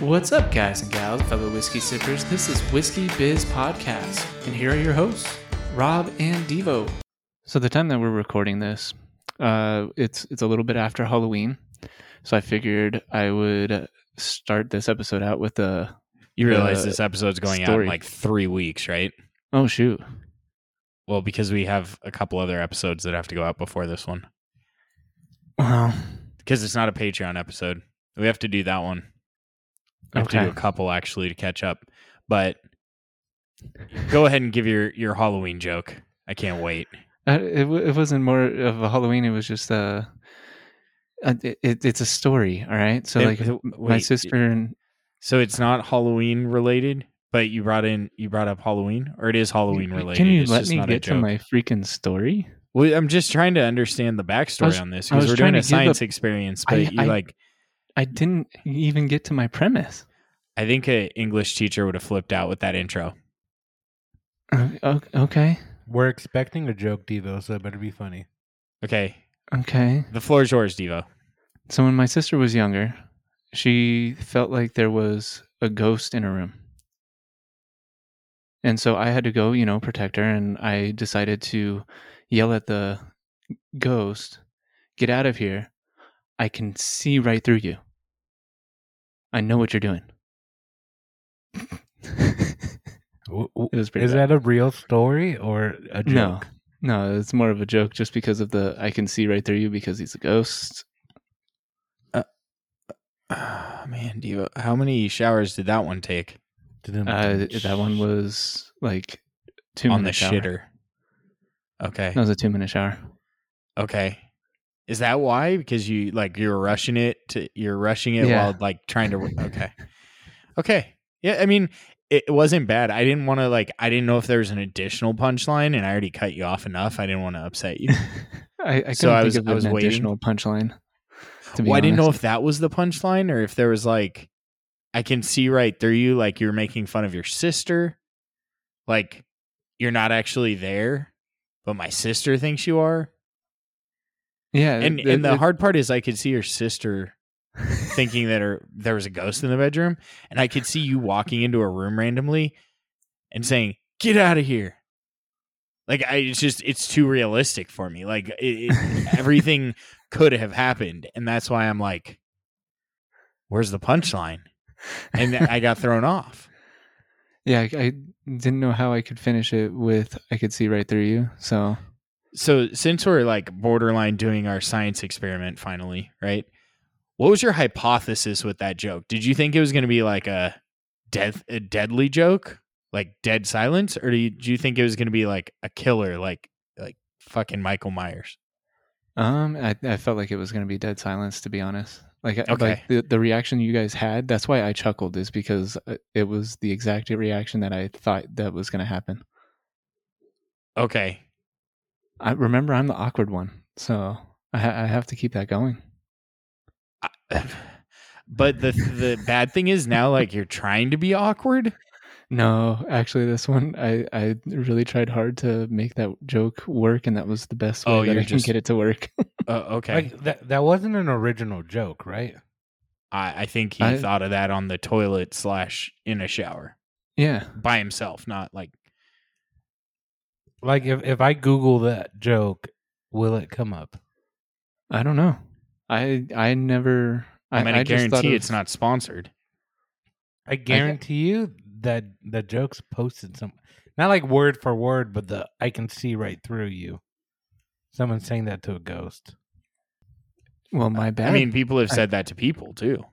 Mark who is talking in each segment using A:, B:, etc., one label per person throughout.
A: What's up, guys and gals, fellow whiskey sippers? This is Whiskey Biz Podcast, and here are your hosts, Rob and Devo. So the time that we're recording this, uh, it's it's a little bit after Halloween, so I figured I would start this episode out with a
B: You realize
A: the
B: this episode's going out
A: Uh, story.
B: in like three weeks, right?
A: oh shoot,
B: Well, because we have a couple other episodes that have to go out before this one.
A: well,
B: Because it's not a Patreon episode. We have to do that one. We have to
A: Okay.
B: do a couple actually to catch up. But go ahead and give your, your Halloween joke. I can't wait.
A: uh, it w- it wasn't more of a Halloween. It was just a, a it, it's a story. All right, so
B: It-
A: like
B: it-
A: my
B: wait,
A: sister and
B: So it's not Halloween related, but you brought in you brought up Halloween, or it is Halloween related.
A: Can you
B: it's
A: let
B: just
A: me
B: not a
A: get to
B: joke.
A: my freaking story?
B: Well, I'm just trying to understand the backstory
A: was-
B: on this
A: I
B: because
A: was
B: we're
A: trying
B: doing a
A: to give a-
B: science experience, but
A: I-
B: you
A: I-
B: like
A: I didn't even get to my premise.
B: I think a English teacher would have flipped out with that intro.
A: Uh, o- okay.
C: We're expecting a joke, Devo, so it better be funny.
B: Okay,
A: Okay.
B: the floor is yours, Devo.
A: So when my sister was younger, she felt like there was a ghost in her room. And so I had to go, you know, protect her and I decided to yell at the ghost, "Get out of here. I can see right through you. I know what you're doing."
C: W- w-
A: It was pretty
C: Is
A: bad.
C: that a real story or a joke?
A: No. No, it's more of a joke just because of the I can see right through you because he's a ghost.
B: Oh, man, Devo, how many showers did that one take
C: Didn't-
A: Uh, that one was like two
B: Oh on the
A: minute shower.
B: shitter? Okay,
A: That was a two minute shower.
B: okay. Is that why? Because you like you were rushing it to you're rushing it
A: Yeah.
B: while like trying to okay, okay. Yeah, I mean it, it wasn't bad. I didn't want to like I didn't know if there was an additional punchline, and I already cut you off enough. I didn't want to upset you.
A: I, I couldn't
B: So I
A: think
B: was-
A: of
B: I was
A: an
B: waiting.
A: additional punchline. To be
B: well, I didn't know
A: honest.
B: if that was the punchline or if there was like, I can see right through you, like you're making fun of your sister, like you're not actually there, but my sister thinks you are.
A: Yeah,
B: And
A: Uh, it-
B: and the
A: it-
B: hard part is, I could see your sister thinking that her there was a ghost in the bedroom, and I could see you walking into a room randomly and saying, "Get out of here." Like I, it's just it's too realistic for me. Like it, it, everything could have happened, and that's why I'm like, "Where's the punchline?" And th- I got thrown off.
A: yeah, I, I didn't know how I could finish it with "I could see right through you." So
B: So since we're like borderline doing our science experiment finally, right? What was your hypothesis with that joke? Did you think it was going to be like a death a deadly joke, like dead silence, or do you, do you think it was going to be like a killer, like like fucking Michael Myers?
A: Um, I, I felt like it was going to be dead silence, to be honest. Like, I
B: Okay.
A: like the, the reaction you guys had, that's why I chuckled, is because uh, it was the exact reaction that I thought that was going to happen.
B: Okay,
A: I remember I'm the awkward one, so I, ha- I have to keep that going.
B: but the the bad thing is now like you're trying to be awkward.
A: No, actually, this one I, I really tried hard to make that joke work, and that was the best way
B: Oh,
A: that
B: you're
A: I
B: just-
A: can get it to work.
B: Uh, okay,
C: Like, that, that wasn't an original joke, right?
B: I, I think he
A: I-
B: thought of that on the toilet slash in a shower
A: yeah,
B: by himself, not like
C: Like, if, if I Google that joke, will it come up?
A: I don't know. I I never.
B: I, mean, I,
A: just thought
B: guarantee
A: of-
B: it's not sponsored.
C: I guarantee you that the joke's posted some, not like word for word, but the I can see right through you. Someone saying that to a ghost.
A: Well, my bad.
B: I mean, people have
A: I-
B: said that to people too.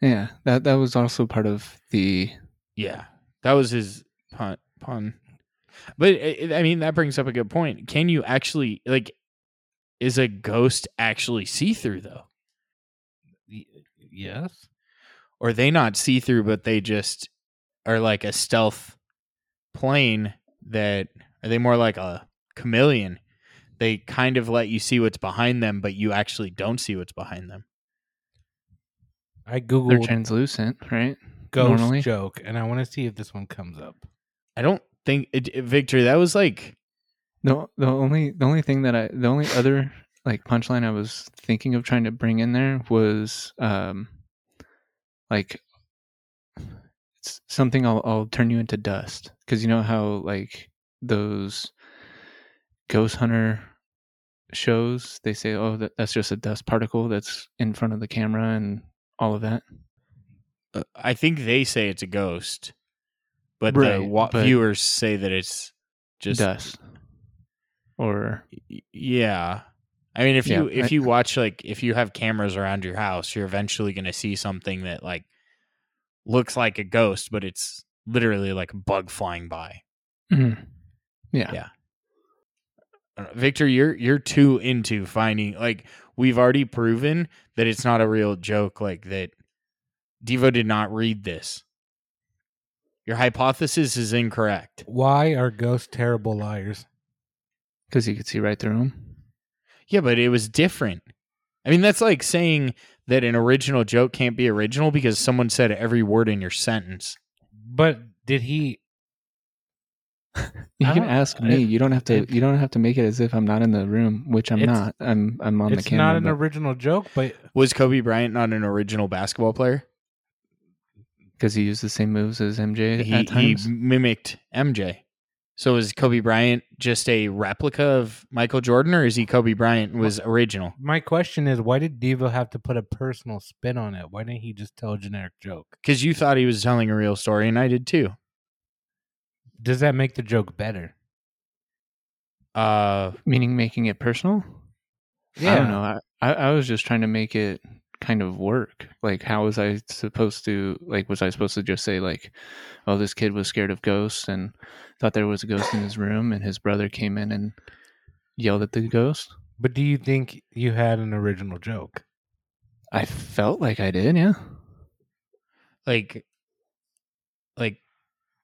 A: Yeah, that that was also part of the.
B: Yeah, that was his pun. Pun. But eh, i I mean, that brings up a good point. Can you actually like? Is a ghost actually see through though?
C: Y- yes.
B: Or they not see through, but they just are like a stealth plane that are they more like a chameleon? They kind of let you see what's behind them, but you actually don't see what's behind them.
C: I
A: They're
C: Googled
A: translucent, right?
C: ghost
A: normally.
C: joke, and I want to see if this one comes up.
B: I don't think it, it- Victor. That was like
A: The the only the only thing that I the only other like punchline I was thinking of trying to bring in there was um like it's something I'll I'll turn you into dust because you know how like those ghost hunter shows they say oh that, that's just a dust particle that's in front of the camera and all of that
B: Uh, I think they say it's a ghost, but the
A: Right,
B: wa-
A: but-
B: viewers say that it's just
A: dust or
B: y- yeah. I mean, if you
A: Yeah, I-
B: if you watch like if you have cameras around your house, you're eventually going to see something that like looks like a ghost, but it's literally like a bug flying by.
A: Mhm. yeah
B: Yeah. I don't know. Uh, Victor, you're you're too into finding like we've already proven that it's not a real joke. Like that, Devo did not read this. Your hypothesis is incorrect.
C: Why are ghosts terrible liars?
A: because you could see right through them
B: Yeah, but it was different. I mean, that's like saying that an original joke can't be original because someone said every word in your sentence.
C: But did he?
A: you
C: I
A: can
C: don't-
A: ask me
C: it-
A: you don't have to
C: it-
A: you don't have to make it as if i'm not in the room which i'm
C: It's-
A: not i'm i'm on
C: It's
A: the camera
C: not an
A: but-
C: original joke, but
B: Was Kobe Bryant not an original basketball player?
A: because he used the same moves as MJ
B: He,
A: at
B: he
A: times.
B: mimicked MJ. So is Kobe Bryant just a replica of Michael Jordan, or is he Kobe Bryant was original?
C: my question is, why did Devo have to put a personal spin on it? Why didn't he just tell a generic joke?
B: Because you thought he was telling a real story, and I did too.
C: Does that make the joke better?
B: Uh,
A: Meaning making it personal. I don't know. I, I I was just trying to make it kind of work. Like, how was I supposed to? Like, was I supposed to just say like, "Oh, this kid was scared of ghosts and thought there was a ghost in his room, and his brother came in and yelled at the ghost."
C: But do you think you had an original joke?
A: I felt like I did. Yeah.
B: like, like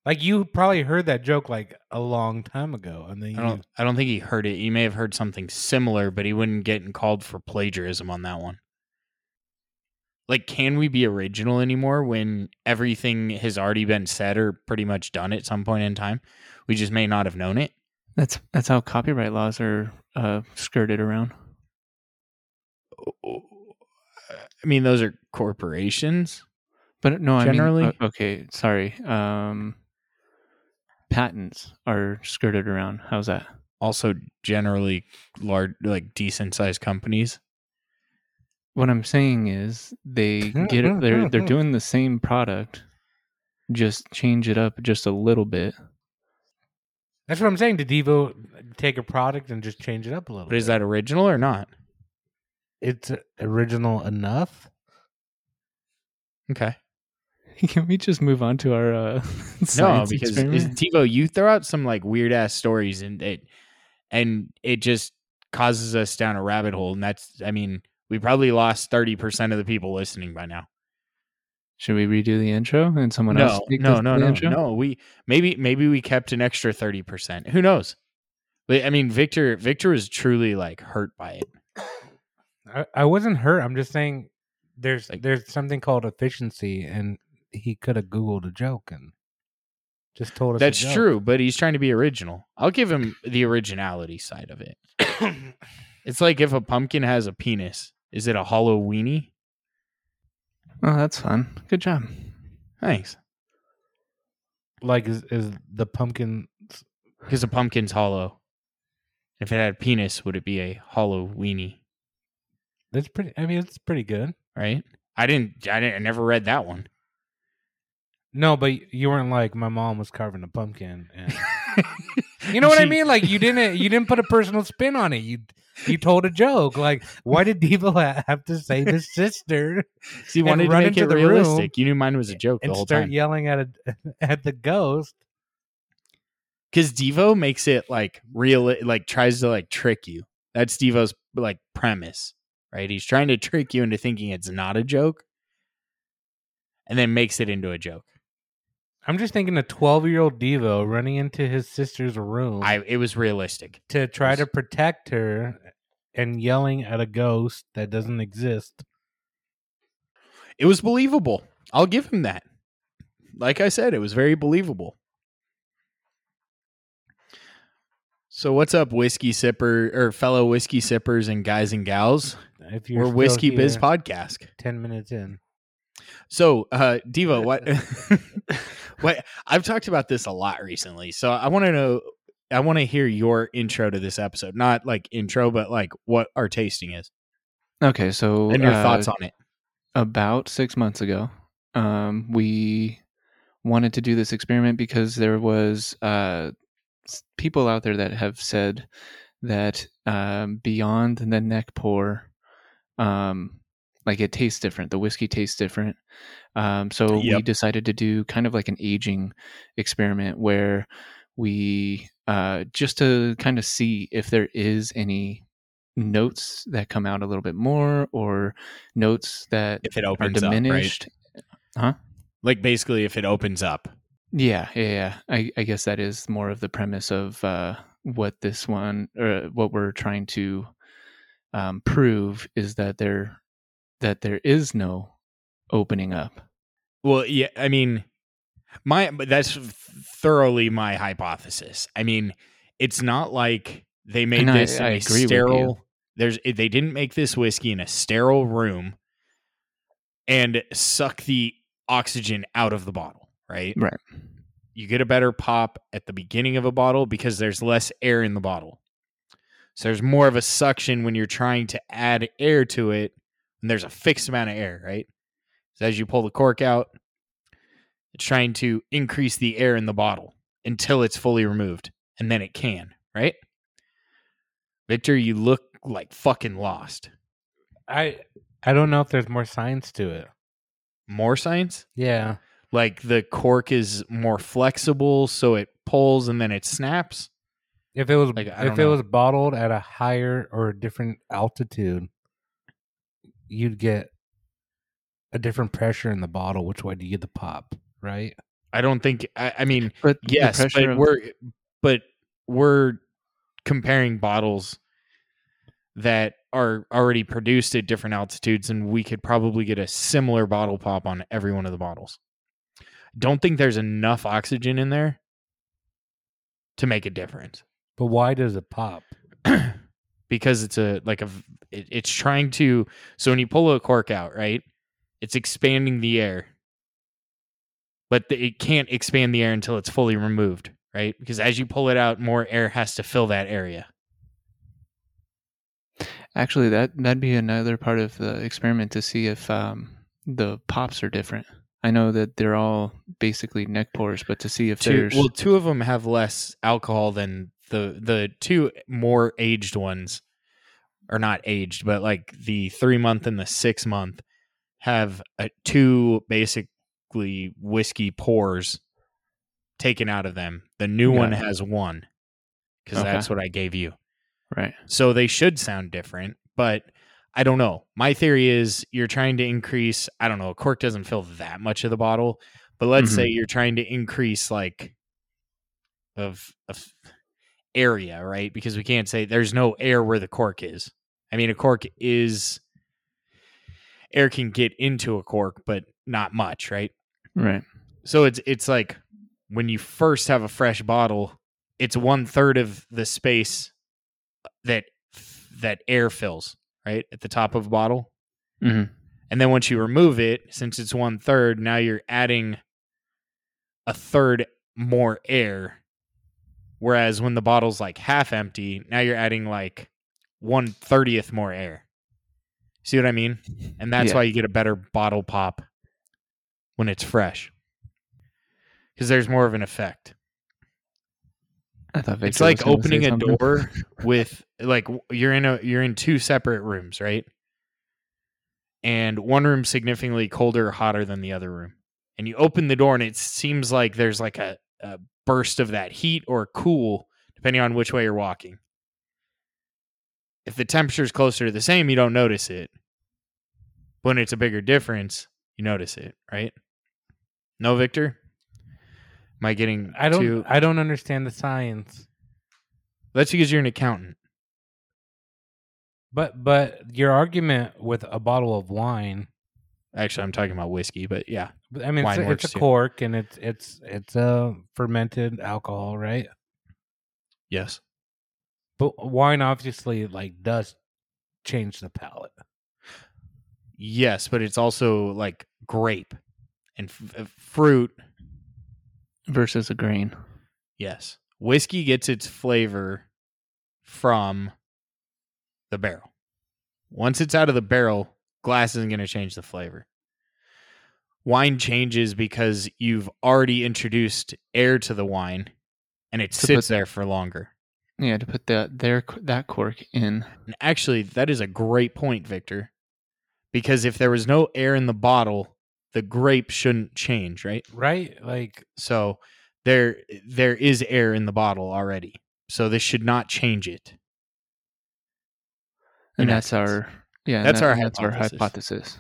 C: Like you probably heard that joke like a long time ago, and then
B: I
C: you
B: don't, I don't think he heard it. He may have heard something similar, but he wouldn't get called for plagiarism on that one. Like, can we be original anymore when everything has already been said or pretty much done at some point in time? We just may not have known it.
A: That's that's how copyright laws are uh, skirted around.
B: I mean, those are corporations.
A: But no, I
B: Generally?
A: mean, o- okay, sorry. Um, patents are skirted around. How's that?
B: Also, generally large, like decent sized companies.
A: What I'm saying is they
B: Hmm,
A: get it, they're they're doing the same product, just change it up just a little bit.
C: That's what I'm saying. To Devo take a product and just change it up a little?
B: But is
C: bit?
B: that original or not?
C: it's original enough?
B: Okay.
A: Can we just move on to our uh,
B: No,
A: science
B: because
A: experiment?
B: is, TiVo, you throw out some like weird ass stories, and it and it just causes us down a rabbit hole. And that's, I mean, we probably lost thirty percent of the people listening by now.
A: Should we redo the intro and someone
B: no,
A: else? take
B: no,
A: the-
B: no,
A: the
B: no,
A: intro?
B: no. We maybe maybe we kept an extra thirty percent. Who knows? But I mean, Victor Victor was truly like hurt by it.
C: I, I wasn't hurt. I'm just saying there's
B: Like-
C: there's something called efficiency, and he could have googled a joke and just told us. a
B: That's
C: joke.
B: true, but he's trying to be original. I'll give him the originality side of it. It's like if a pumpkin has a penis, is it a hollow weenie?
A: Oh, that's fun. Good job.
B: Thanks.
C: like is, is the pumpkin?
B: Because a pumpkin's hollow. If it had a penis, would it be a hollow weenie?
C: That's pretty. I mean, it's pretty good.
B: Right? I didn't. I didn't. I never read that one.
C: No, but you weren't like my mom was carving a pumpkin. And, you know what I
B: She-
C: mean? Like you didn't you didn't put a personal spin on it. You you told a joke. Like why did Devo ha- have to save his sister
B: She
C: and
B: wanted to
C: run
B: make
C: into
B: it
C: the
B: realistic.
C: room
B: You knew mine was a joke the
C: and
B: whole
C: start
B: time.
C: yelling at a, at the ghost?
B: Because Devo makes it like real. Like tries to like trick you. That's Devo's like premise, right? He's trying to trick you into thinking it's not a joke, and then makes it into a joke.
C: I'm just thinking a 12 year old Devo running into his sister's room
B: I. It was realistic.
C: to try to protect her and yelling at a ghost that doesn't exist.
B: It was believable. I'll give him that. Like I said, it was very believable. So what's up, whiskey sipper or fellow whiskey sippers and guys and gals?
C: If you're
B: We're
C: still
B: Whiskey Biz
C: here,
B: Podcast.
C: 10 minutes in.
B: So, uh, Diva, what? what? I've talked about this a lot recently, so I want to know. I want to hear your intro to this episode, not like intro, but like what our tasting is
A: Okay, so
B: and your
A: uh,
B: thoughts on it.
A: about six months ago, um, we wanted to do this experiment because there was uh, s- people out there that have said that um, beyond the neck pour, um, like it tastes different. The whiskey tastes different. Um, so we
B: Yep.
A: decided to do kind of like an aging experiment where we uh, just to kind of see if there is any notes that come out a little bit more or notes that
B: If it
A: are
B: opens up, right?
A: diminished.
B: Like basically, if it opens up,
A: Yeah, yeah, yeah. I, I guess that is more of the premise of uh, what this one or what we're trying to um, prove is that there that there is no opening up.
B: Well, yeah, I mean, my but that's thoroughly my hypothesis. I mean, it's not like they made
A: And I-
B: this in
A: I
B: a
A: agree with you.
B: sterile. There's eh, they didn't make this whiskey in a sterile room and suck the oxygen out of the bottle, right?
A: Right.
B: You get a better pop at the beginning of a bottle because there's less air in the bottle. So there's more of a suction when you're trying to add air to it, and there's a fixed amount of air, right? So as you pull the cork out, it's trying to increase the air in the bottle until it's fully removed, and then it can, right? Victor, you look like fucking lost.
C: I I don't know if there's more science to it.
B: More science?
C: Yeah.
B: Like the cork is more flexible, so it pulls and then it snaps.
C: If it was
B: Like, I
C: if
B: don't
C: it
B: know.
C: was bottled at a higher or a different altitude, you'd get a different pressure in the bottle, which way do you get the pop, right?
B: I don't think. I, I mean,
A: But the
B: yes,
A: pressure
B: but
A: of-
B: we're but we're comparing bottles that are already produced at different altitudes, and we could probably get a similar bottle pop on every one of the bottles. Don't think there's enough oxygen in there to make a difference
C: But why does it pop?
B: because it's a like a v- it, it's trying to so when you pull a cork out right it's expanding the air but the, it can't expand the air until it's fully removed right because as you pull it out more air has to fill that area
A: actually that that'd be another part of the experiment to see if um, the pops are different. I know that they're all basically neck pours, but to see if
B: two,
A: there's
B: well two of them have less alcohol than the the two more aged ones are not aged but like the three month and the six month have uh two basically whiskey pours taken out of them the new
A: Got
B: one
A: it.
B: has one because
A: Okay.
B: that's what i gave you
A: right.
B: so they should sound different, but I don't know. My theory is you're trying to increase, I don't know, a cork doesn't fill that much of the bottle, but let's say you're trying to increase like of of area, right? Because we can't say there's no air where the cork is. I mean, a cork is air can get into a cork, but not much, right?
A: Right.
B: So it's it's like when you first have a fresh bottle, it's one third of the space that that air fills, right, at the top of a bottle.
A: hmm
B: And then once you remove it, since it's one third, now you're adding a third more air. Whereas when the bottle's like half empty, now you're adding like one thirtieth more air. See what I mean? And that's
A: Yeah.
B: why you get a better bottle pop when it's fresh. Because there's more of an effect.
A: I thought
B: It's
A: Victor was
B: like
A: gonna say
B: opening a
A: something.
B: door with like w- you're in a you're in two separate rooms, right? And one room significantly colder or hotter than the other room. And you open the door and it seems like there's like a, a burst of that heat or cool, depending on which way you're walking. If the temperature is closer to the same, you don't notice it. When it's a bigger difference, you notice it, right? No, Victor? Am I getting
C: I don't
B: too-
C: I don't understand the science.
B: That's because you're an accountant.
C: But but your argument with a bottle of wine,
B: Actually, I'm talking about whiskey, but yeah.
C: but, I mean,
B: Wine
C: it's, a-
B: works
C: it's a
B: too.
C: cork and it's it's it's a fermented alcohol, right?
B: Yes.
C: But wine obviously like does change the palate.
B: Yes, but it's also like grape and f- f- fruit.
A: versus a grain.
B: Yes. Whiskey gets its flavor from the barrel. Once it's out of the barrel, glass isn't going to change the flavor. Wine changes because you've already introduced air to the wine and it
A: To
B: sits
A: put-
B: there for longer.
A: Yeah, to put that their that cork in.
B: And actually, that is a great point, Victor, because if there was no air in the bottle, the grape shouldn't change, right?
C: right? Like
B: So there there is air in the bottle already. So this should not change it.
A: And
B: In
A: that's
B: essence.
A: our yeah, and
B: That's our
A: that's our
B: hypothesis.
A: hypothesis.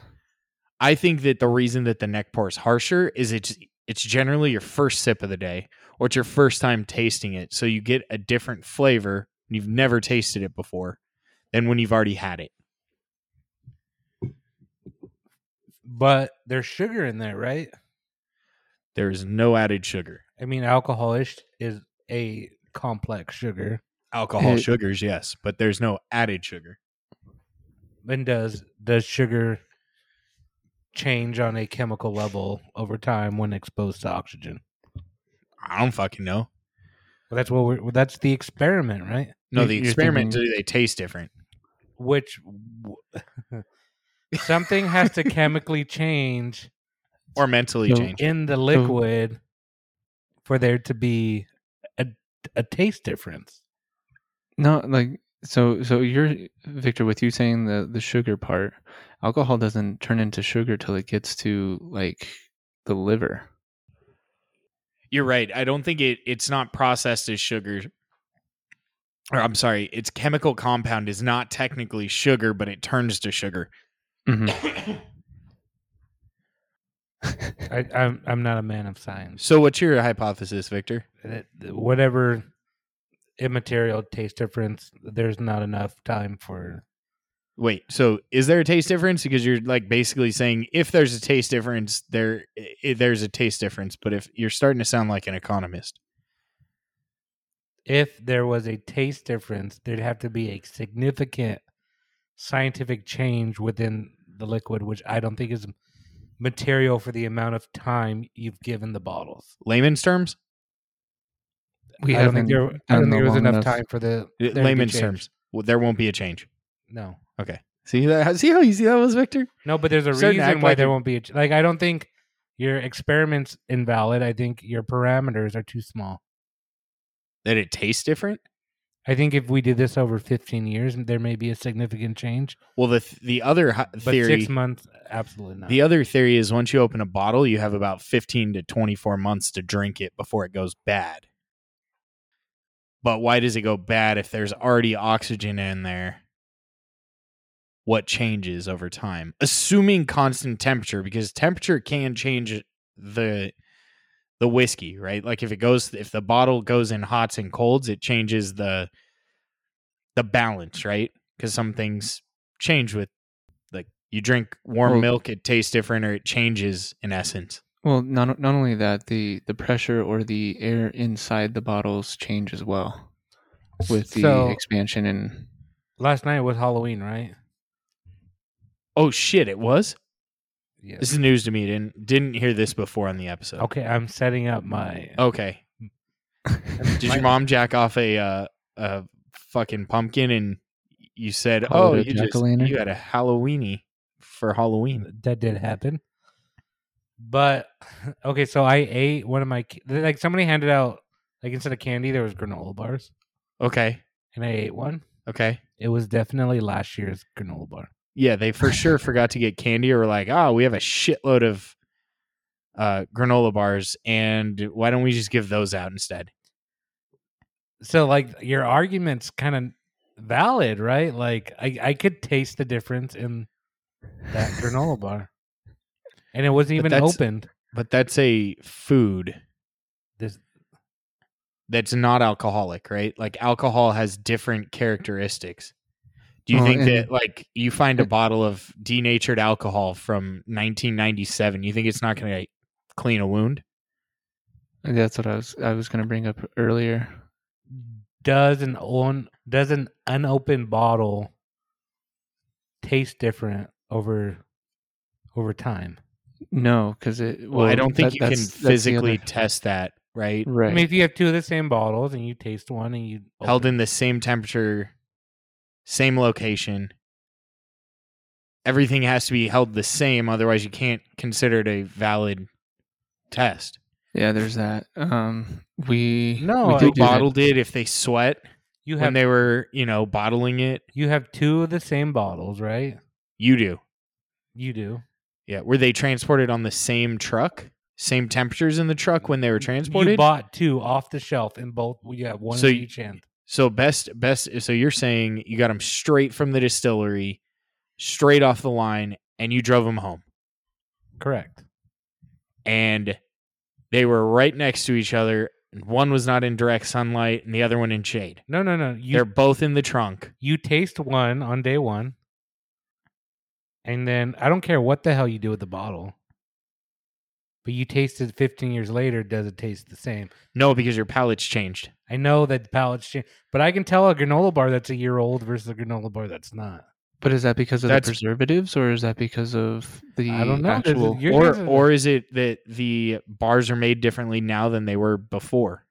B: I think that the reason that the neck pour is harsher is it's it's generally your first sip of the day or it's your first time tasting it, so you get a different flavor and you've never tasted it before than when you've already had it.
C: but there's sugar in there, right?
B: There is no added sugar.
C: I mean, alcohol is is a complex sugar.
B: Alcohol
A: It-
B: sugars, yes, but there's no added sugar.
C: And does does sugar change on a chemical level over time when exposed to oxygen?
B: I don't fucking know.
C: Well, that's what we're. well, that's the experiment, right?
B: No,
A: You-
B: the
A: you're
B: experiment
A: thinking-
B: do they taste different.
C: Which w- something has to chemically change
B: Or mentally
A: So-
B: change.
C: in the liquid for there to be a a taste difference.
A: No, like so so you're Victor with you saying the the sugar part. Alcohol doesn't turn into sugar till it gets to like the liver.
B: You're right. I don't think it it's not processed as sugar. Or I'm sorry, its chemical compound is not technically sugar, but it turns to sugar.
A: Mhm.
C: I, I'm I'm not a man of science.
B: So what's your hypothesis, Victor?
C: It- Whatever immaterial taste difference, there's not enough time for.
B: Wait, so is there a taste difference? Because you're like basically saying if there's a taste difference, there i there's a taste difference. But if you're starting to sound like an economist,
C: If there was a taste difference, there'd have to be a significant scientific change within the liquid, which I don't think is material for the amount of time you've given the bottles.
B: layman's terms,
A: We
C: I don't
A: haven't
C: think there. I
A: done
C: don't think there was
A: long
C: enough,
A: enough-
C: time for the there to be
B: layman's
C: change.
B: terms, well, there won't be a change.
C: No,
B: See that? See how easy that was, Victor?
C: no, but there's a
B: Starting to
C: reason
B: act
C: why
B: like
C: there
B: you-
C: won't be a ch- like. I don't think your experiments invalid. I think your parameters are too small.
B: That it tastes different.
C: I think if we did this over 15 years, there may be a significant change.
B: Well, the th- the other hi-
C: But
B: theory
C: six months, absolutely not.
B: The other theory is once you open a bottle, you have about 15 to 24 months to drink it before it goes bad. But why does it go bad if there's already oxygen in there? What changes over time? Assuming constant temperature because temperature can change the the whiskey, right? Like if it goes if the bottle goes in hots and colds, it changes the the balance, right? Cuz some things change with like you drink warm
A: Well-
B: milk, it tastes different or it changes in essence.
A: Well, not not only that, the the pressure or the air inside the bottles change as well with the
C: So-
A: expansion and
C: Last night was Halloween, right?
B: Oh shit, it was?
C: Yes.
B: This is news to me. Didn't didn't hear this before on the episode.
C: okay, I'm setting up my.
B: Okay. Did your mom jack off a uh, a fucking pumpkin and you said,
A: Call
B: "Oh,
A: it a
B: you just
A: jack-o'-lantern?
B: you had a Halloweeny for Halloween."
C: That did happen. But okay, so I ate one of my ca- like somebody handed out like instead of candy there was granola bars
B: Okay.
C: and I ate one.
B: Okay.
C: It was definitely last year's granola bar.
B: Yeah, they for sure forgot to get candy or were like, "Oh, we have a shitload of uh granola bars and why don't we just give those out instead?"
C: so like your argument's kind of valid right like I, I could taste the difference in that granola bar and it wasn't
B: But
C: even
B: that's-
C: opened
B: But that's a food
C: this
B: that's not alcoholic, right? Like alcohol has different characteristics. Do you
A: Well,
B: think
A: and-
B: that like you find a
A: and-
B: bottle of denatured alcohol from 1997, you think it's not going to clean a wound?
A: that's what I was I was going to bring up earlier.
C: does an on does an unopened bottle taste different over over time.
A: No, because it.
B: Well, I don't think
A: that-
B: you can
A: that's- that's the other-
B: physically test that, right?
A: Right.
C: I mean, if you have two of the same bottles and you taste one and you
B: Held in the same temperature, same location. Everything has to be held the same, otherwise you can't consider it a valid test.
A: yeah, there's that. Um, we
C: No,
A: we
C: I-
A: did
B: Who
A: do that.
B: bottled it if they sweat
C: you
B: when
C: have
B: they were, you know, bottling it?
C: you have two of the same bottles, right?
B: You do.
C: You do.
B: Yeah. Were they transported on the same truck? Same temperatures in the truck when they were transported?
C: You bought two off the shelf and both you got one
B: So
C: in
B: you-
C: each end.
B: So best best so you're saying you got them straight from the distillery, straight off the line and you drove them home
C: Correct.
B: and they were right next to each other and one was not in direct sunlight and the other one in shade.
C: No, no, no. You
B: They're both in the trunk.
C: you taste one on day one, and then I don't care what the hell you do with the bottle, but you taste it 15 years later. Does it taste the same?
B: No, because your palate's changed.
C: I know that the palate's change, but I can tell a granola bar that's a year old versus a granola bar that's not.
A: But is that because of the
B: That's-
A: preservatives, or is that because of the
C: I don't know. There's a-
A: actual?
C: Your
B: or
C: guys are-
B: or is it that the bars are made differently now than they were before?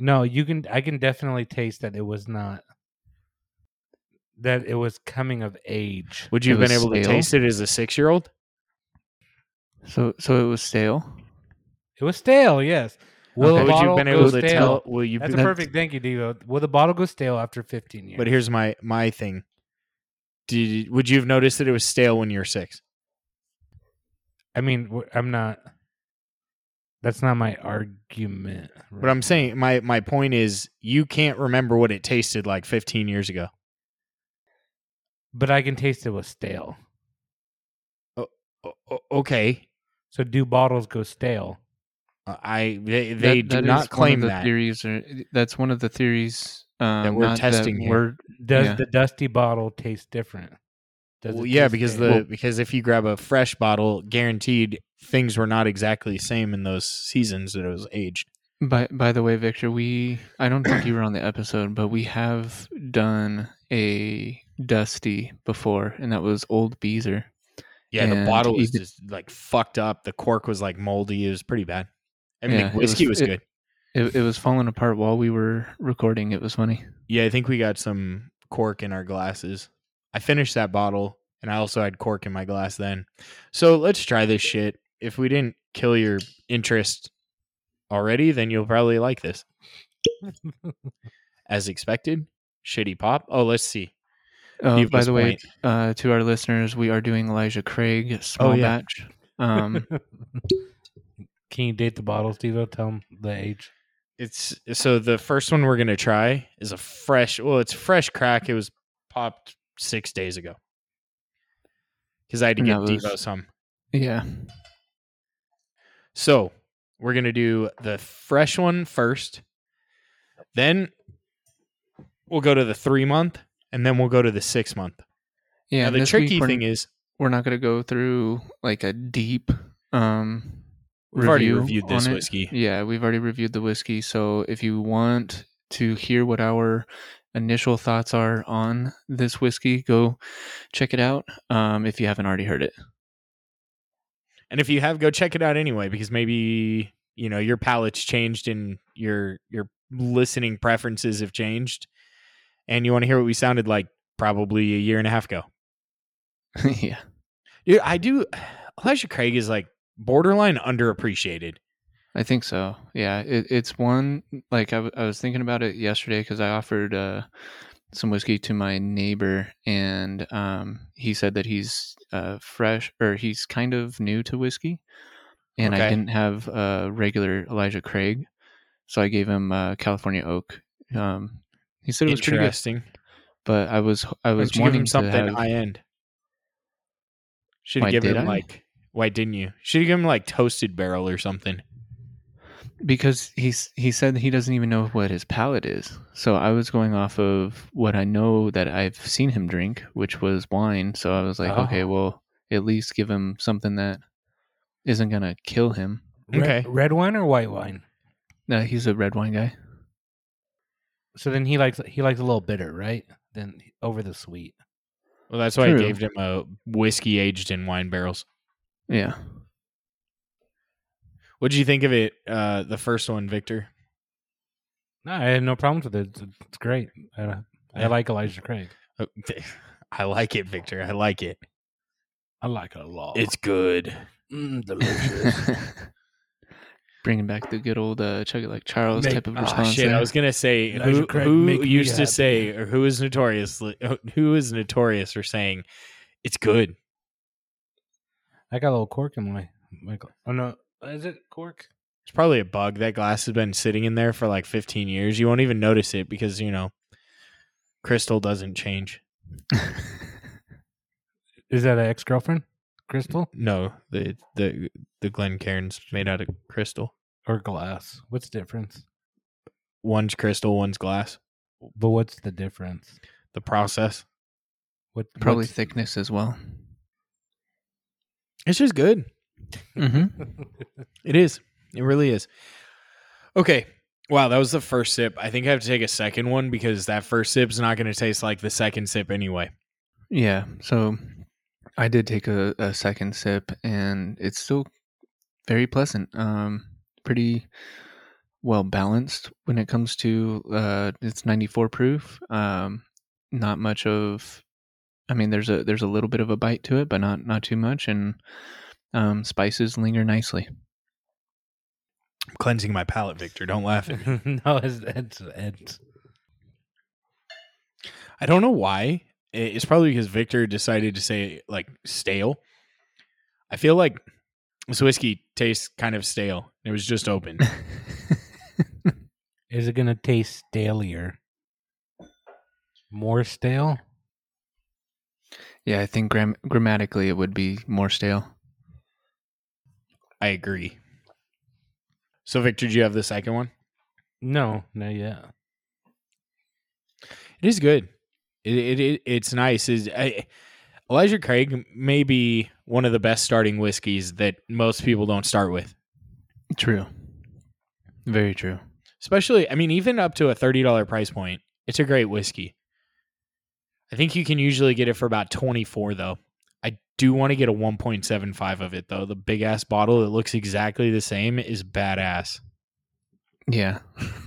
C: No, you can. I can definitely taste that it was not. That it was coming of age.
B: Would you
A: It
B: have been
A: was
B: able to
A: stale?
B: taste it as a 6-year-old?
A: So so it was stale.
C: It was stale. Yes.
A: Okay.
C: the
B: Would you
C: bottle
B: have been
C: go
B: able to
C: stale?
B: tell? Will you
C: That's
B: be-
C: a perfect. Thank you, Devo. Will the bottle go stale after 15 years?
B: But here's my my thing. Did would you have noticed that it was stale when you were six?
C: I mean, w- I'm not. That's not my argument.
B: But I'm saying my my point is you can't remember what it tasted like 15 years ago.
C: But I can taste it was stale.
B: O- o- okay,
C: So do bottles go stale?
B: Uh, I they, they
A: That-
B: do
A: that is one
B: not
A: of
B: claim
A: the
B: that.
A: Theories are, that's one of the theories um,
B: That we're
A: not
B: testing here.
A: we're-
C: Does
A: Yeah.
C: the dusty bottle taste different? Does it
B: Well, yeah,
C: taste
B: because the
C: stale?
B: because if you grab a fresh bottle, guaranteed things were not exactly the same in those seasons that it was aged.
A: By by the way, Victor, we I don't think you were on the episode, but we have done a dusty before, and that was old Beezer.
B: Yeah, the
A: And
B: bottle
A: you
B: was
A: could-
B: just like fucked up. The cork was like moldy. It was pretty bad. I mean,
A: Yeah, it
B: the
A: was-
B: whiskey was
A: it-
B: good.
A: It, it was falling apart while we were recording. It was funny.
B: Yeah, I think we got some cork in our glasses. I finished that bottle and I also had cork in my glass then. So let's try this shit. If we didn't kill your interest already, then you'll probably like this. As expected, shitty pop. Oh, let's see.
A: Oh, by
B: Needless
A: the way,
B: point.
A: uh, to our listeners, we are doing Elijah Craig small
B: Oh, yeah.
A: batch. Um,
C: Can you date the bottle, Steve? Tell them the age.
B: it's so the first one we're gonna try is a fresh. Well, it's fresh crack. It was popped six days ago because I had to
A: And
B: get
A: that was-
B: Devo some.
A: yeah,
B: So we're gonna do the fresh one first. Then we'll go to the three month, and then we'll go to the six month.
A: yeah.
B: now
A: and
B: the
A: this week
B: tricky
A: we're-
B: thing is
A: we're not going to go through like a deep um
B: we've already
A: review
B: reviewed this
A: on it.
B: whiskey.
A: yeah we've already reviewed the whiskey so if you want to hear what our initial thoughts are on this whiskey go check it out um if you haven't already heard it
B: And if you have, go check it out anyway, because maybe you know your palate's changed and your your listening preferences have changed, and you want to hear what we sounded like probably a year and a half ago.
A: yeah
B: Dude, I do. Elijah Craig is like borderline underappreciated.
A: i think so yeah it, it's one like I, w- I was thinking about it yesterday because i offered uh some whiskey to my neighbor and um he said that he's uh fresh or he's kind of new to whiskey and i
B: Okay.
A: didn't have uh regular elijah craig so i gave him uh california oak um he said it was pretty good
B: Interesting.
A: but i was i
B: Why
A: was
B: don't you give
A: wanting
B: him something
A: to have,
B: high end. Should
A: Why
B: have given
A: did
B: him
A: I?
B: like why didn't you? Should have given him like toasted barrel or something.
A: because he's he said he doesn't even know what his palate is so i was going off of what i know that i've seen him drink which was wine so i was like
C: Oh.
A: okay well at least give him something that isn't gonna kill him
C: Red,
B: Okay.
C: Red wine or white wine?
A: No, he's a red wine guy.
C: So then he likes he likes a little bitter, right? Then over the sweet.
B: Well, that's why
A: True.
B: I gave him a whiskey aged in wine barrels.
A: Yeah.
B: What did you think of it? Uh, the first one, Victor.
C: No, I had no problems with it. It's, it's great. I, I
B: Yeah.
C: like Elijah Craig.
B: Oh, I like it, Victor. I like it.
C: I like it a lot.
B: It's good.
C: mm, delicious.
A: Bringing back the good old uh, chug it like Charles
C: Make-
A: type of
B: Ah,
A: response.
B: shit,
A: there.
B: I was gonna say
C: Elijah
B: who,
C: Craig,
B: who
C: make me
B: used to
C: happy.
B: say or who is notorious who is notorious for saying it's good.
C: I got a little cork in my. my gla- oh no, is it cork?
B: It's probably a bug. That glass has been sitting in there for like 15 years. You won't even notice it because you know crystal doesn't change.
C: Is that an ex girlfriend? Crystal
B: No, the the the Glen Cairns made out of crystal.
C: or glass? What's the difference?
B: One's crystal, one's glass.
C: But what's the difference?
B: The process.
C: What
A: Probably
C: what's-
A: thickness as well.
B: It's just good.
A: Mm-hmm.
C: Hmm?
B: It is. It really is. Okay. Wow, that was the first sip. I think I have to take a second one because that first sip's not going to taste like the second sip anyway.
A: Yeah. So I did take a, a second sip and it's still very pleasant. Um, pretty well balanced when it comes to uh, it's 94 proof. Um, not much of I mean there's a there's a little bit of a bite to it, but not not too much and um, spices linger nicely.
B: I'm cleansing my palate, Victor. Don't laugh at me.
C: no, it's, it's it's
B: I don't know why. I- It's probably because Victor decided to say like stale. I feel like this whiskey tastes kind of stale. It was just open.
C: is it gonna taste stalier? More stale?
A: yeah, I think gram- grammatically it would be more stale.
B: I agree. So, Victor, do you have the second one?
C: No, no, yeah.
B: It is good. It it, it it's nice. Is I, Elijah Craig may be one of the best starting whiskeys that most people don't start with.
A: True. Very true.
B: Especially, I mean, even up to a thirty dollar price point, it's a great whiskey. I think you can usually get it for about twenty four though. I do want to get a one point seven five of it though. The big ass bottle that looks exactly the same is badass.
A: Yeah.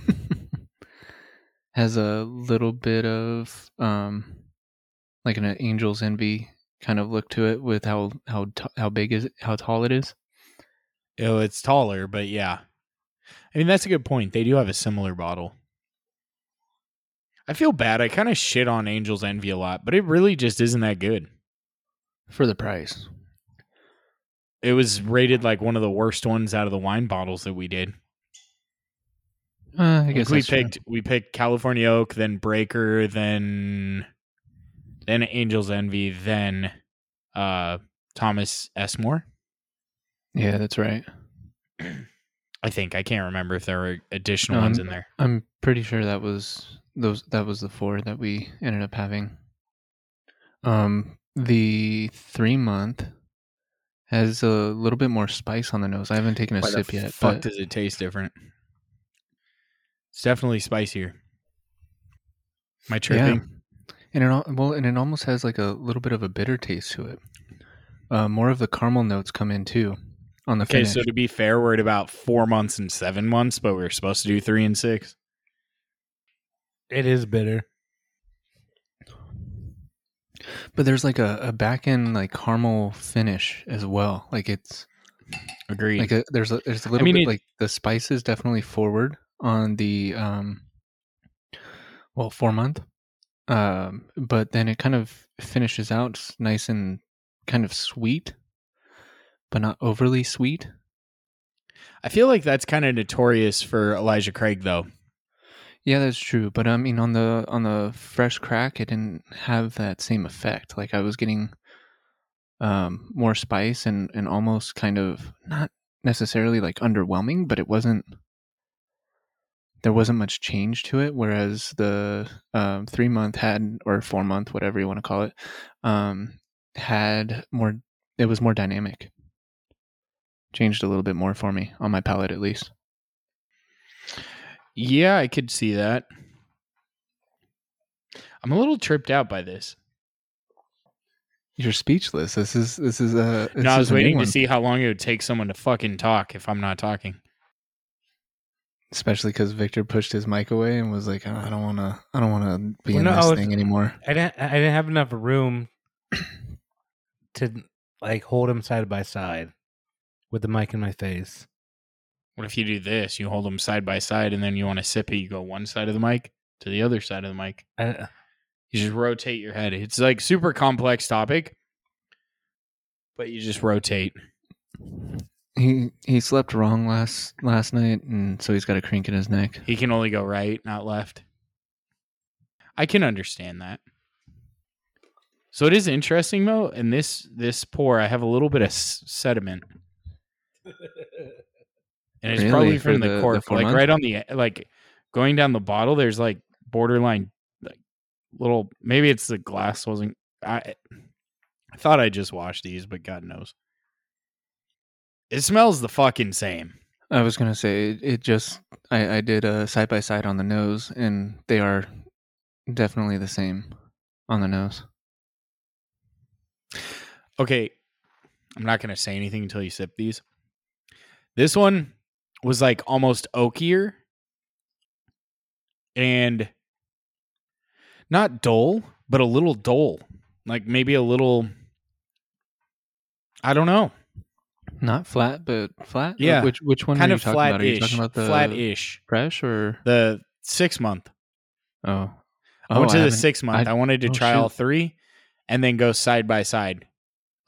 A: Has a little bit of um like an angel's envy kind of look to it with how how t- how big is how tall it is.
B: Oh, it's taller, but yeah. I mean, that's a good point. They do have a similar bottle. I feel bad. I kind of shit on Angel's Envy a lot, but it really just isn't that good.
A: For the price.
B: It was rated like one of the worst ones out of the wine bottles that we did.
A: Uh, I
B: I
A: guess
B: guess we
A: that's true.
B: picked we picked California Oak, then Breaker, then then Angel's Envy, then uh Thomas S. Moore.
A: Yeah, that's right.
B: I think I can't remember if there were additional
A: Um,
B: ones in there.
A: I'm pretty sure that was those that was the four that we ended up having. Um the 3 month has a little bit more spice on the nose. I haven't taken a
B: Why the
A: sip yet,
B: Fuck
A: but
B: does it taste different? It's definitely spicier. Am I tripping?
A: Yeah. And it al- well, and it almost has like a little bit of a bitter taste to it. Uh, more of the caramel notes come in too on the
B: Okay,
A: finish.
B: so to be fair, we're at about four months and seven months, but we were supposed to do three and six.
C: It is bitter.
A: but there's like a, a back end like caramel finish as well. Like it's
B: Agreed.
A: like uh a, there's a, there's a little
B: mean,
A: bit
B: it-
A: like the spice is definitely forward on the um well four month, um but then it kind of finishes out s- nice and kind of sweet, but not overly sweet.
B: I feel like that's kind of notorious for Elijah Craig, though.
A: Yeah, that's true. But I mean, on the on the fresh crack, it didn't have that same effect. Like I was getting um, more spice and and almost kind of not necessarily like underwhelming, but it wasn't. There wasn't much change to it, whereas the um, three month had or four month, whatever you want to call it, um, had more. It was more dynamic. Changed a little bit more for me on my palate, at least.
B: Yeah, I could see that. I'm a little tripped out by this.
A: You're speechless. This is this is a. this
B: no, I
A: is
B: was
A: a new
B: waiting to
A: one,
B: see how long it would take someone to fucking talk if I'm not talking.
A: Especially because Victor pushed his mic away and was like, "I don't want to. I don't want to be
C: Well,
A: in
C: no,
A: this
C: it's-
A: thing anymore."
C: I didn't. I didn't have enough room to like hold him side by side with the mic in my face.
B: What if you do this? You hold them side by side, and then you want to sip it. You go one side of the mic to the other side of the mic.
C: I,
B: You just rotate your head. It's like super complex topic, but you just rotate.
A: He he slept wrong last last night, and so he's got a crink in his neck.
B: He can only go right, not left. I can understand that. So it is interesting though, in this this pour, I have a little bit of s- sediment, and it's
A: Really?
B: probably from
A: For
B: the,
A: the- the
B: cork, like
A: formant?
B: right on the like going down the bottle. There's like borderline, like little. Maybe it's the glass wasn't. I I thought I just washed these, but God knows. It smells the fucking same.
A: I was gonna say it, it just. I I did a side by side on the nose, and they are definitely the same on the nose.
B: okay i'm not going to say anything until you sip these this one was like almost oakier and not dull but a little dull like maybe a little i don't know
A: Not flat, but flat.
B: Yeah.
A: Which which one
B: kind
A: are you
B: of
A: talking about? Are you
B: flat-ish
A: talking about the
B: flat-ish
A: fresh or
B: the six month
A: oh?
B: i went
A: Oh,
B: to the
A: haven't-
B: six month i,
A: I-
B: wanted to
A: oh,
B: try all
A: shoot.
B: three and then go side by side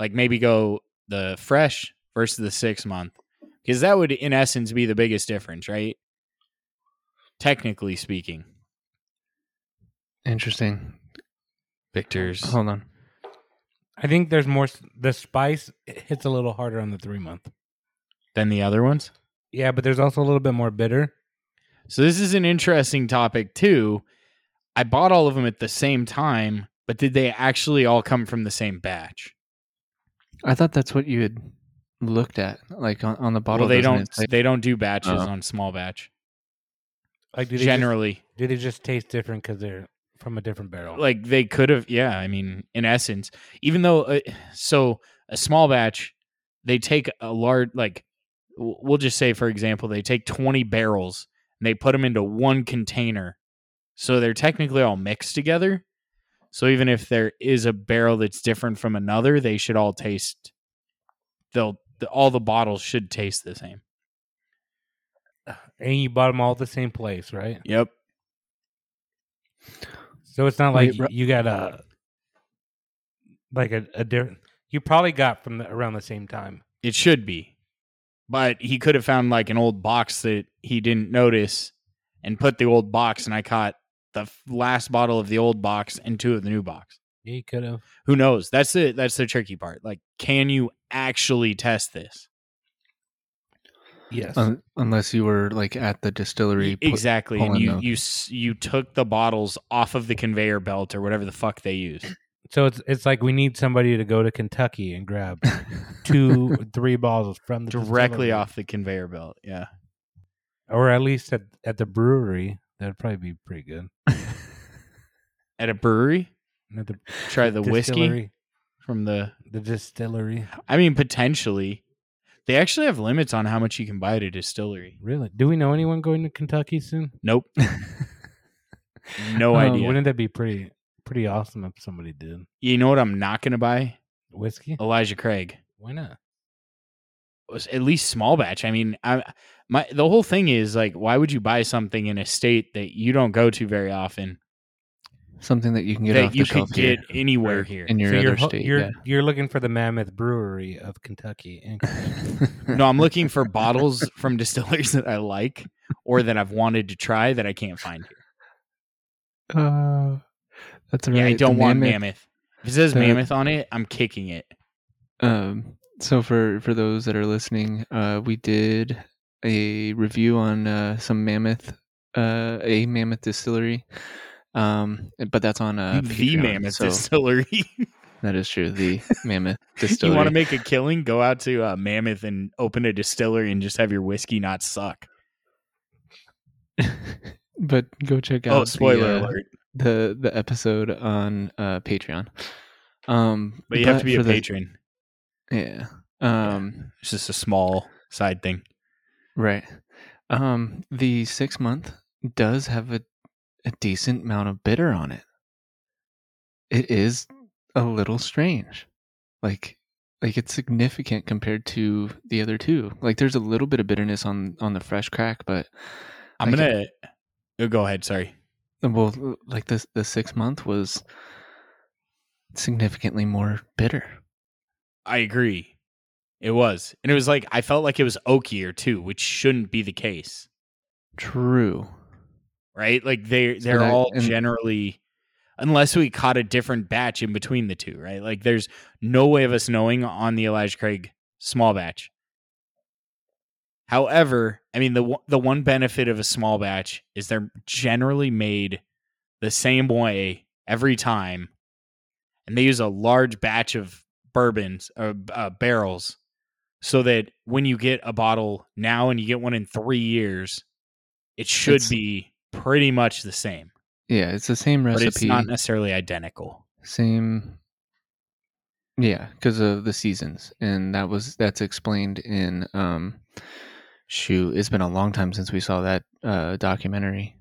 B: like maybe go the fresh versus the six month because that would in essence be the biggest difference right technically speaking
A: Interesting.
B: victor's
A: Hold on.
C: I think there's more. s- The spice hits a little harder on the three month.
B: than the other ones
C: Yeah, but there's also a little bit more bitter.
B: so this is an interesting topic too i bought all of them at the same time but did they actually all come from the same batch
A: I thought that's what you had looked at, like on, on the bottle.
B: well they
A: doesn't
B: don't
A: it say-
B: they don't do batches
A: Uh-huh.
B: on small batch
C: Like do they just,
B: generally
C: do they just taste different because they're from a different barrel?
B: like they could have yeah i mean in essence even though uh, so a small batch they take a large like w- we'll just say for example they take 20 barrels and they put them into one container so they're technically all mixed together so even if there is a barrel that's different from another they should all taste they'll the, all the bottles should taste the same
C: and you bought them all at the same place, right?
B: yep
C: So it's not like
A: Wait,
C: you-
A: Ro-
C: you got a like a, a different. You probably got from the, around the same time.
B: It should be. But he could have found like an old box that he didn't notice and put the old box, and I caught the f- last bottle of the old box and two of the new box.
C: Yeah, you could have.
B: Who knows? That's the that's the tricky part. Like, can you actually test this?
C: Yes.
A: un- unless you were like at the
B: E,
A: distillery. put-
B: exactly. And
A: pulling
B: you
A: those.
B: you s- you took the bottles off of the conveyor belt or whatever the fuck they use.
C: so it's it's like we need somebody to go to Kentucky and grab two or three bottles from the
B: directly
C: distillery.
B: off the conveyor belt. Yeah.
C: or at least at, at the brewery. That'd probably be pretty good.
B: At a brewery,
C: And At the
B: try the whiskey
C: distillery-
B: from the
C: the distillery.
B: I mean, potentially. They actually have limits on how much you can buy at a distillery.
C: Really? Do we know anyone going to Kentucky soon?
B: Nope. No
A: Oh,
C: Um,
B: idea.
C: Wouldn't that be pretty pretty awesome if somebody did
B: you know what I'm not going to buy?
C: whiskey?
A: Oh,
B: Elijah Craig.
C: Why not?
B: Was At least small batch. I mean, I my the whole thing is like why would you buy something in a state that you don't go to very often
A: something that you can get off
B: that
A: the
B: you
A: shelf
B: could
A: here
B: get anywhere
A: or
B: here?
A: in your
C: so
A: other
C: you're, ho-
A: state.
C: you're
A: yeah.
C: you're looking for the Mammoth Brewery of Kentucky. And
B: no, I'm looking for bottles from distilleries that I like or that I've wanted to try that I can't find here.
A: Uh, that's right.
B: Yeah, I
A: the
B: don't want
A: mammoth-
B: mammoth. If it says
A: the-
B: mammoth on it, I'm kicking it.
A: Um, so for for those that are listening, uh, we did a review on uh, some mammoth, uh, a mammoth distillery. Um, but that's on uh,
B: the
A: Patreon,
B: mammoth
A: so
B: distillery.
A: that is true. The mammoth
B: you
A: distillery.
B: want to make a killing? Go out to uh, Mammoth and open a distillery and just have your whiskey not suck.
A: but go check out
B: Oh, spoiler
A: the, uh,
B: alert!
A: the the episode on uh, Patreon. Um,
B: But you have to be a
A: for the-
B: patron.
A: Yeah. Um,
B: It's just a small side thing.
A: Right. Um, the six month does have a, a decent amount of bitter on it. It is a little strange. Like like it's significant compared to the other two. Like there's a little bit of bitterness on on the fresh crack, but
B: I'm
A: like,
B: gonna oh, go ahead. Sorry.
A: well like the the six month was significantly more bitter.
B: I agree. It was, and it was like I felt like it was oakier too, which shouldn't be the case,
A: True.
B: right? Like they they're
A: that-
B: all
A: and-
B: generally, unless we caught a different batch in between the two, right? Like there's no way of us knowing on the Elijah Craig small batch. However, I mean the one- the one benefit of a small batch is they're generally made the same way every time, and they use a large batch of bourbons or uh, barrels, so that when you get a bottle now and you get one in three years, it should
A: It's-
B: be pretty much the same,
A: Yeah, it's the same
B: but
A: recipe.
B: it's not necessarily identical.
A: same yeah because of the seasons and that was that's explained in um shoot it's been a long time since we saw that uh documentary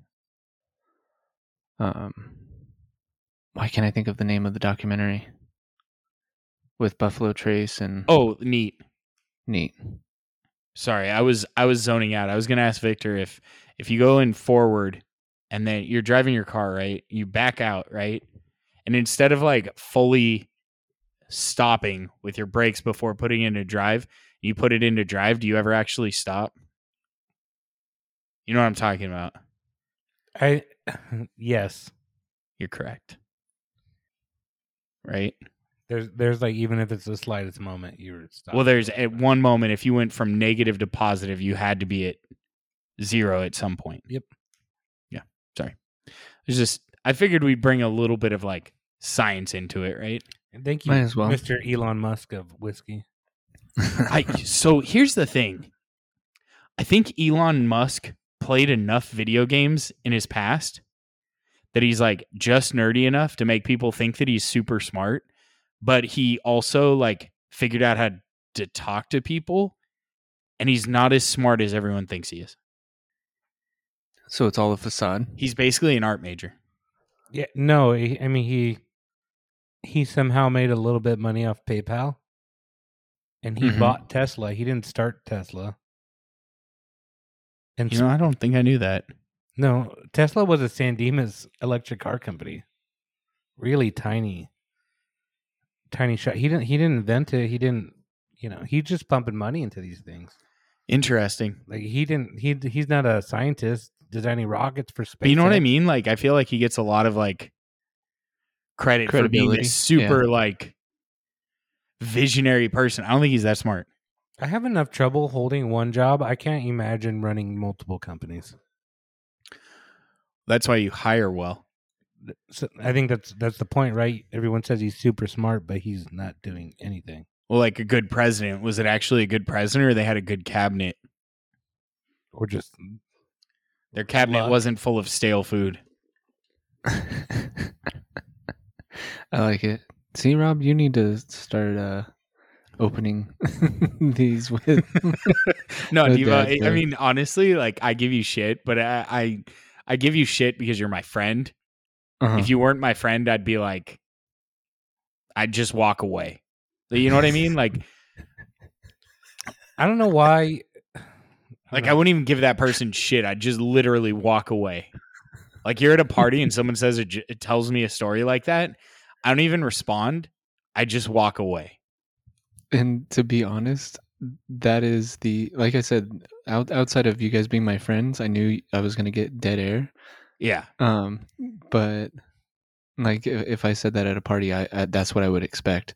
A: um why can't i think of the name of the documentary with buffalo trace and
B: Oh, neat.
A: neat
B: Sorry, I was I was zoning out. I was gonna ask Victor if if you go in forward and then you're driving your car, right? You back out, right? And instead of like fully stopping with your brakes before putting it into drive, you put it into drive, do you ever actually stop? You know what I'm talking about.
C: I yes.
B: You're correct. Right?
C: There's there's like even if it's the slightest moment you're stopped.
B: Well, there's at one moment if you went from negative to positive, you had to be at zero at some point.
C: Yep.
B: Yeah. Sorry. It's just I figured we'd bring a little bit of like science into it, right?
C: And Thank you,
A: Might as well.
C: Mr. Elon Musk of whiskey.
B: I so here's the thing. I think Elon Musk played enough video games in his past that he's like just nerdy enough to make people think that he's super smart, but he also like figured out how to talk to people and he's not as smart as everyone thinks he is.
A: so it's all a facade
B: He's basically an art major.
C: Yeah, no, he- I mean he he somehow made a little bit money off PayPal, and he
B: Mhm.
C: bought Tesla. He didn't start Tesla, and
B: You know, I don't think I knew that.
C: No, Tesla was a San Dimas electric car company. Really tiny, tiny shot. He didn't. He didn't invent it. He didn't. You know, he's just pumping money into these things.
B: Interesting.
C: Like he didn't. He he's not a scientist designing rockets for space.
B: But you know what I mean? Like I feel like he gets a lot of like credit for being
A: Credibility,
B: this super like visionary person. I don't think he's that smart.
C: I have enough trouble holding one job. I can't imagine running multiple companies.
B: That's why you hire well.
C: So I think that's that's the point, right? Everyone says he's super smart, but he's not doing anything.
B: Well, like a good president. Was it actually a good president or they had a good cabinet?
C: Or just
B: Their cabinet
C: Luck.
B: wasn't full of stale food.
A: I like it. See, Rob, you need to start uh, opening these with.
B: No,
A: No
B: Devo,
A: dad
B: I, I
A: joke.
B: mean honestly, like I give you shit, but I I, I give you shit because you're my friend.
A: Uh-huh.
B: If you weren't my friend, I'd be like, I'd just walk away. You know what I mean? Like,
C: I don't know why.
B: like
C: know.
A: Uh-huh.
B: I wouldn't even give that person shit. I'd just literally walk away. Like you're at a party and someone says a j it tells me a story like that. I don't even respond. I just walk away.
A: and to be honest, that is the like I said. Out, outside of you guys being my friends, I knew I was gonna get dead air.
B: Yeah,
A: Um, but like if, if I said that at a party, I, I that's what I would expect.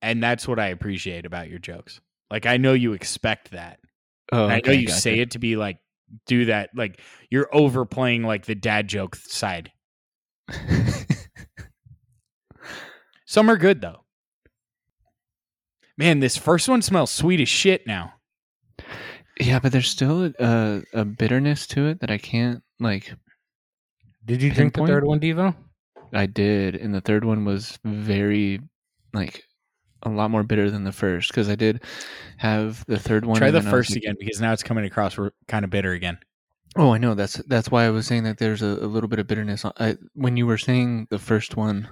B: and that's what I appreciate about your jokes. Like I know you expect that.
A: Oh,
B: And I know
A: okay,
B: you
A: gotcha.
B: say it to be like do that. Like you're overplaying like the dad joke side. Some are good though. Man, this first one smells sweet as shit now.
A: yeah, but there's still a, a bitterness to it that I can't like.
C: Did you drink the
A: Pinpoint?
C: third one, Devo?
A: I did, and the third one was very like a lot more bitter than the first because I did have the third one.
B: Try
A: and
B: the
A: then I was
B: first
A: like-
B: again because now it's coming across kind of bitter again.
A: Oh, I know. That's that's why I was saying that there's a, a little bit of bitterness on, I, when you were saying the first one,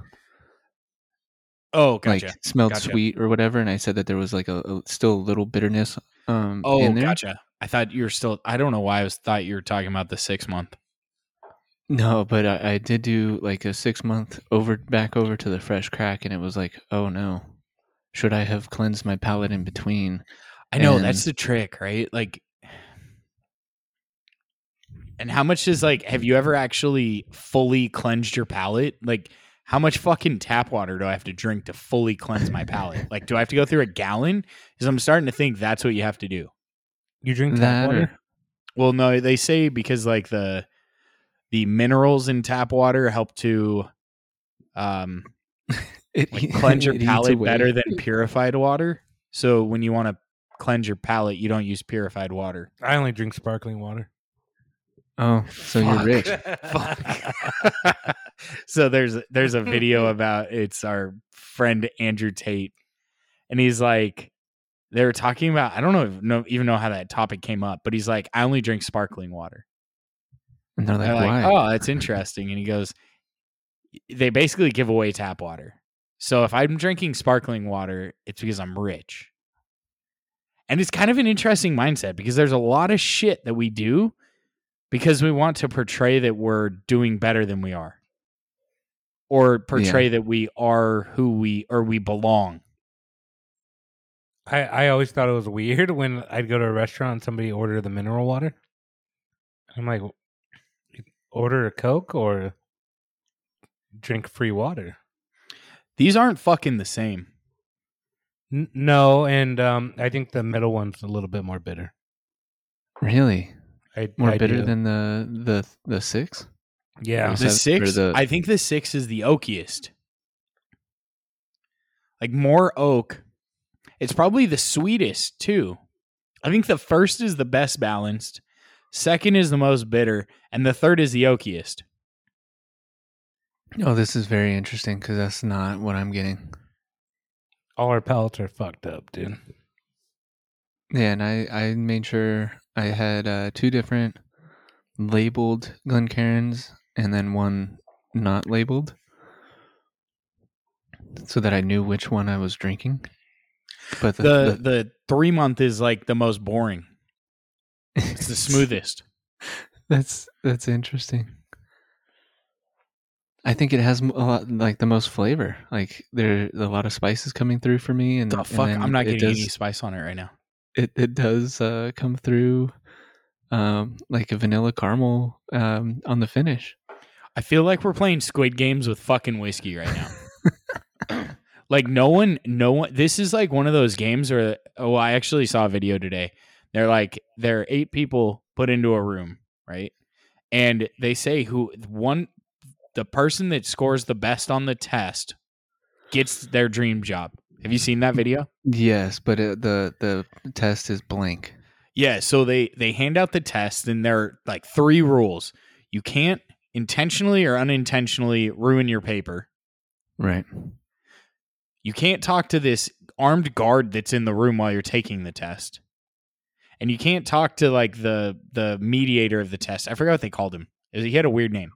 B: Oh, gotcha.
A: like smelled
B: Gotcha.
A: sweet or whatever, and I said that there was like a, a still a little bitterness. Um,
B: oh,
A: in there.
B: gotcha. I thought you were still. I don't know why I was thought you were talking about the six month.
A: No, but I, I did do like a six month over back over to the fresh crack, and it was like, oh no, should I have cleansed my palate in between?
B: I know
A: And-
B: that's the trick, right? Like, and how much is like? Have you ever actually fully cleansed your palate? Like, how much fucking tap water do I have to drink to fully cleanse my palate? like, do I have to go through a gallon? Because I'm starting to think that's what you have to do.
C: You drink tap
A: That
C: water?
A: or-
B: Well, no, they say because like the the minerals in tap water help to um
A: It,
B: like cleanse your
A: it eats
B: palate
A: away.
B: better than purified water. So when you want to cleanse your palate, you don't use purified water.
C: I only drink sparkling water.
A: Oh, so
B: Fuck.
A: you're rich.
B: Fuck. so there's there's a video about it's our friend Andrew Tate, and he's like, they were talking about I don't know, if- know even know how that topic came up, but he's like, I only drink sparkling water.
A: And they're like,
B: They're like,
A: why?
B: oh, that's interesting. And he goes, they basically give away tap water. So if I'm drinking sparkling water, it's because I'm rich. And it's kind of an interesting mindset because there's a lot of shit that we do because we want to portray that we're doing better than we are or portray that we are who we or we belong.
C: I, I always thought it was weird when I'd go to a restaurant and somebody order the mineral water. I'm like, order a Coke or drink free water.
B: These aren't fucking the same.
C: N- no, and um, I think the middle one's a little bit more bitter.
A: Really?
C: I,
A: More
C: I
A: bitter
C: do.
A: than the the the six?
C: yeah.
A: Yes.
B: The
A: Seven- or
B: six,
A: the-
B: I think the six is the oakiest. Like more oak. It's probably the sweetest too. I think the first is the best balanced, second is the most bitter, and the third is the oakiest.
A: Oh, this is very interesting because that's not what I'm getting.
C: All our palates are fucked up, dude.
A: Yeah, and I I made sure I had uh, two different labeled Glencairns and then one not labeled, so that I knew which one I was drinking. But the,
B: The
A: the-
B: the three month is like the most boring. It's the smoothest.
A: That's that's interesting. I think it has m- a lot like the most flavor. Like there a lot of spices coming through for me, and
B: The
A: and
B: fuck,
A: then
B: I'm not
A: it
B: getting any
A: does-
B: spice on it right now.
A: it it does uh, come through um, like a vanilla caramel um, on the finish.
B: I feel like we're playing Squid Games with fucking whiskey right now. like no one, no one. This is like one of those games where. Oh, I actually saw a video today. They're like there are eight people put into a room, right? And they say who one, the person that scores the best on the test gets their dream job. Have you seen that video?
A: Yes, but it, the the test is blank.
B: Yeah, so they they hand out the test and there are like three rules. You can't intentionally or unintentionally ruin your paper.
A: Right.
B: You can't talk to this armed guard that's in the room while you're taking the test. And you can't talk to like the the mediator of the test. I forgot what they called him. It was- He had a weird name.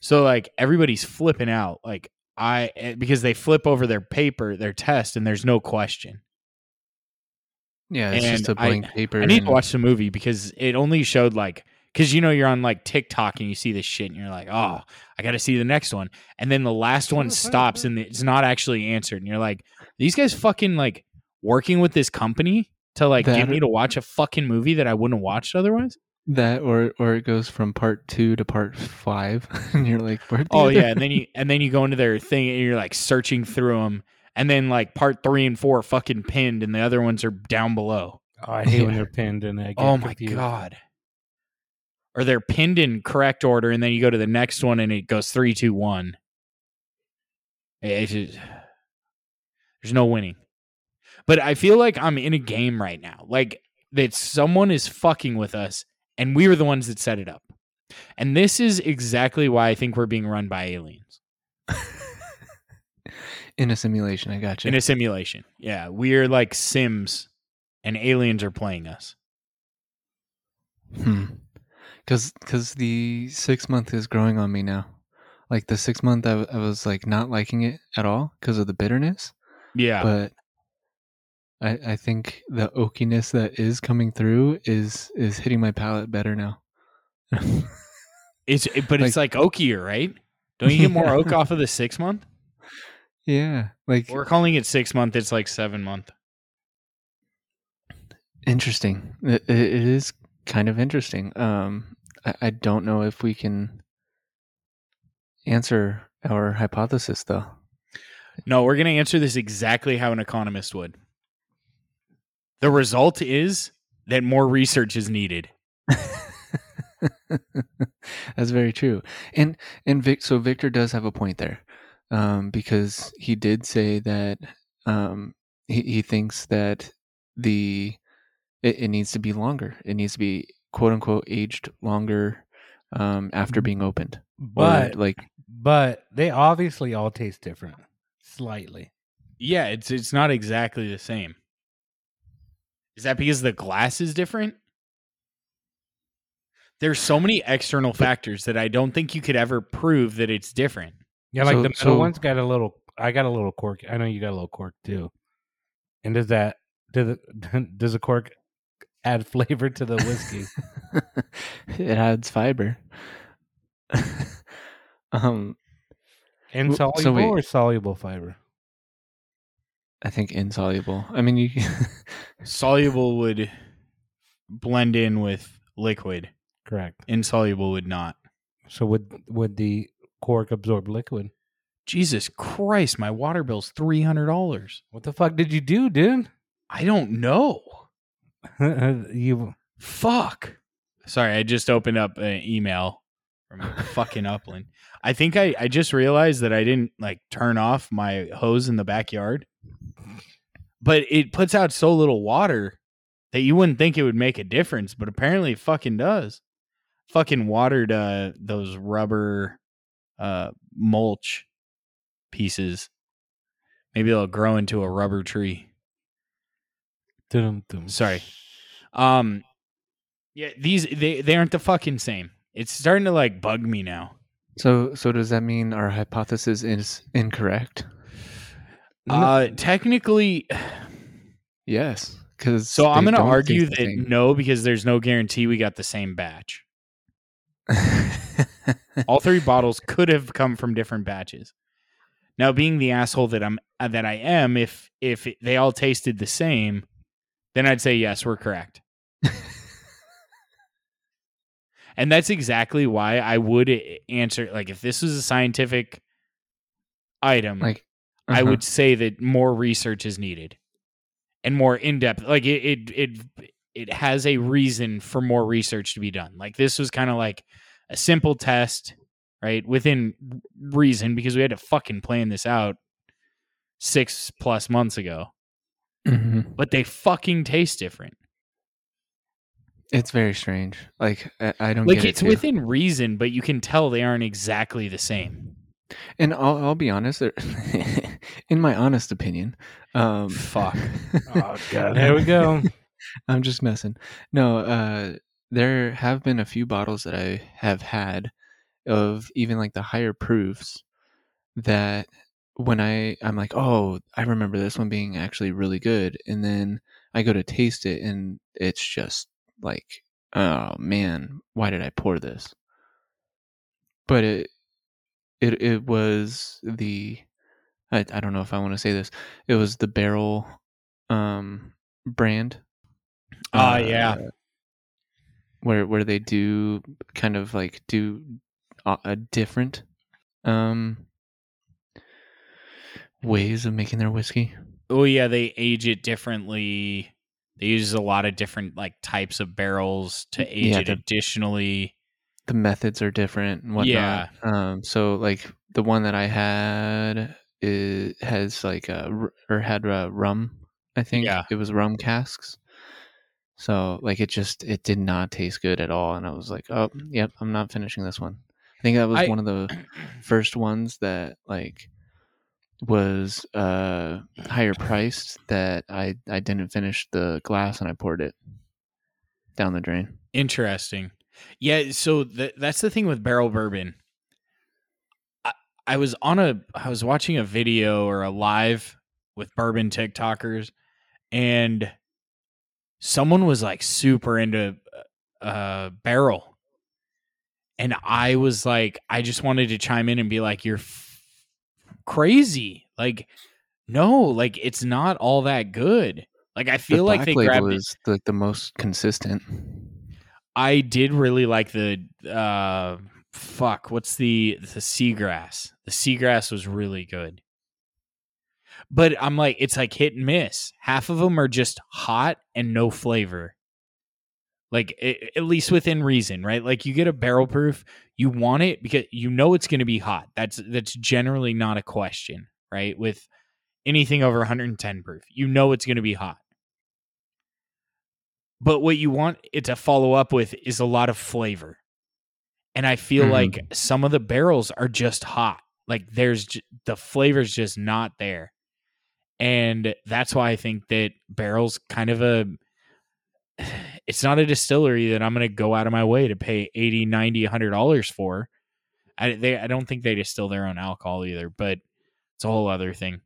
B: So like everybody's flipping out like I eh, because they flip over their paper, their test and there's no question.
A: Yeah, it's just a
B: And I-
A: blank paper.
B: I need
A: and-
B: to watch the movie because it only showed like because you know you're on like TikTok and you see this shit and you're like, oh, I got to see the next one, and then the last one stops and it's not actually answered, and you're like, these guys fucking like working with this company to like
A: That-
B: get me to watch a fucking movie that I wouldn't have watched otherwise.
A: that, or or it goes from part two to part five, and you're like, Where'd the
B: Oh
A: other-
B: yeah, and then you and then you go into their thing and you're like searching through them, and then like part three and four are fucking pinned, and the other ones are down below.
C: Oh, I hate when
A: Yeah.
C: they're pinned and I get
B: Oh my
C: confused.
B: god. Or they're pinned in correct order, and then you go to the next one, and it goes three, two, one. It's just- there's no winning. But I feel like I'm in a game right now. Like that someone is fucking with us, and we were the ones that set it up. And this is exactly why I think we're being run by aliens
A: in a simulation. I got you.
B: in a simulation. Yeah, we're like Sims, and aliens are playing us.
A: Because because Hmm. the six month is growing on me now. Like the six month, I, w- I was like not liking it at all because of the bitterness.
B: Yeah,
A: But I I think the oakiness that is coming through is is hitting my palate better now.
B: it's it- but it's like oakier, right? Don't you get more oak off of the six month?
A: yeah, like
B: We're calling it six month. It's like seven month.
A: interesting. It, it it is kind of interesting. Um, I, I don't know if we can answer our hypothesis though.
B: No, we're gonna answer this exactly how an economist would. The result is that more research is needed.
A: That's very true. And and Vic, so Victor does have a point there, um, because he did say that um, he he thinks that the it, it needs to be longer. It needs to be quote unquote aged longer um, after being opened. Or,
C: But
A: like
C: but they obviously all taste different, slightly.
B: Yeah, it's it's not exactly the same. Is that because the glass is different? There's so many external factors that I don't think you could ever prove that it's different.
C: Yeah, like
A: So-
C: the metal
A: so-
C: one's got a little. I got a little cork. I know you got a little cork too. And does that does it, does a cork add flavor to the whiskey?
A: it adds fiber. um, W- so
C: Insoluble
A: wait.
C: or soluble fiber?
A: I think insoluble. I mean, you
B: Soluble would blend in with liquid.
C: Correct.
B: Insoluble would not.
C: So would would the cork absorb liquid?
B: Jesus Christ, my water bill's three hundred dollars.
C: What the fuck did you do, dude?
B: I don't know.
C: you
B: Fuck. Sorry, I just opened up an email from fucking Upland. I think I, I just realized that I didn't like turn off my hose in the backyard, but it puts out so little water that you wouldn't think it would make a difference, but apparently it fucking does. Fucking watered uh, those rubber uh, mulch pieces. Maybe they'll grow into a rubber tree.
C: dum, dum.
B: Sorry. Um, yeah, these they they aren't the fucking same. It's starting to like bug me now.
A: so so does that mean our hypothesis is incorrect?
C: No.
B: Uh, technically,
A: Yes, because
B: so I'm gonna argue that no, because there's no guarantee we got the same batch. All three bottles could have come from different batches. Now, being the asshole that I'm uh, that I am, if if they all tasted the same, then I'd say yes, we're correct. and that's exactly why I would a- answer like if this was a scientific item,
A: like
B: I
A: uh-huh.
B: would say that more research is needed and more in depth. Like it, it, it, it has a reason for more research to be done. Like this was kind of like a simple test, right? Within reason, because we had to fucking plan this out six plus months ago,
A: Mhm.
B: but they fucking taste different.
A: It's very strange. Like I, I don't
B: Like
A: get
B: it's
A: it. too.
B: within reason, but you can tell they aren't exactly the same.
A: and I'll, I'll be honest. There, in my honest opinion, um,
B: Fuck. Uh.
C: Oh, God. There we go.
A: I'm just messing. No, uh, there have been a few bottles that I have had of even like the higher proofs that when I I'm like, oh, I remember this one being actually really good, and then I go to taste it and it's just like, oh man, why did I pour this? But it it it was the I, I don't know if I want to say this. It was the barrel um brand uh,
B: Ah, yeah.
A: where where they do kind of like do a, a different um ways of making their whiskey.
B: Oh yeah, they age it differently. They use a lot of different like types of barrels to age
A: Yeah,
B: it
A: the-
B: additionally.
A: The methods are different and whatnot. Um, so like the one that I had is has like a r- or had a rum. I think
B: Yeah.
A: it was rum casks. So like it just it did not taste good at all, and I was like, oh, yep, I'm not finishing this one. I think that was
B: I-
A: one of the first ones that like was uh higher priced that I I didn't finish the glass and I poured it down the drain.
B: Interesting. Yeah, so th- that's the thing with barrel bourbon. I, I was on a I was watching a video or a live with bourbon TikTokers and someone was like super into uh barrel. And I was like I just wanted to chime in and be like you're f- crazy. Like no, like it's not all that good. Like I feel
A: the
B: like
A: black
B: they
A: label
B: grabbed it.
A: is like the most consistent.
B: I did really like the uh fuck, what's the the seagrass? The seagrass was really good. But I'm like it's like hit and miss. Half of them are just hot and no flavor. Like a- at least within reason, right? Like you get a barrel proof, you want it because you know it's going to be hot. That's that's generally not a question, right? With anything over 110 proof, you know it's going to be hot but what you want it to follow up with is a lot of flavor and i feel
A: Mhm.
B: like some of the barrels are just hot like there's j- the flavor's just not there and that's why i think that barrels kind of a it's not a distillery that i'm going to go out of my way to pay 80 90 100 dollars for I, they, I don't think they distill their own alcohol either but it's a whole other thing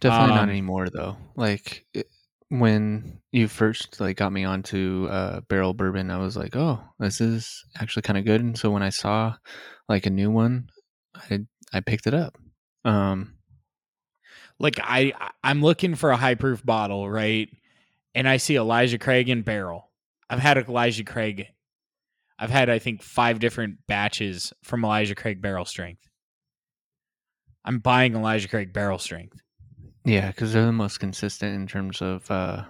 A: Definitely
B: Um,
A: not anymore though. Like it, when you first like got me onto uh, barrel bourbon, I was like, oh, this is actually kind of good. And so when I saw like a new one, I I picked it up. Um,
B: like I I- I'm looking for a high proof bottle, right? And I see Elijah Craig in barrel. I've had Elijah Craig. I've had I think five different batches from Elijah Craig barrel strength. I'm buying Elijah Craig barrel strength.
A: yeah, because they're the most consistent in terms of uh,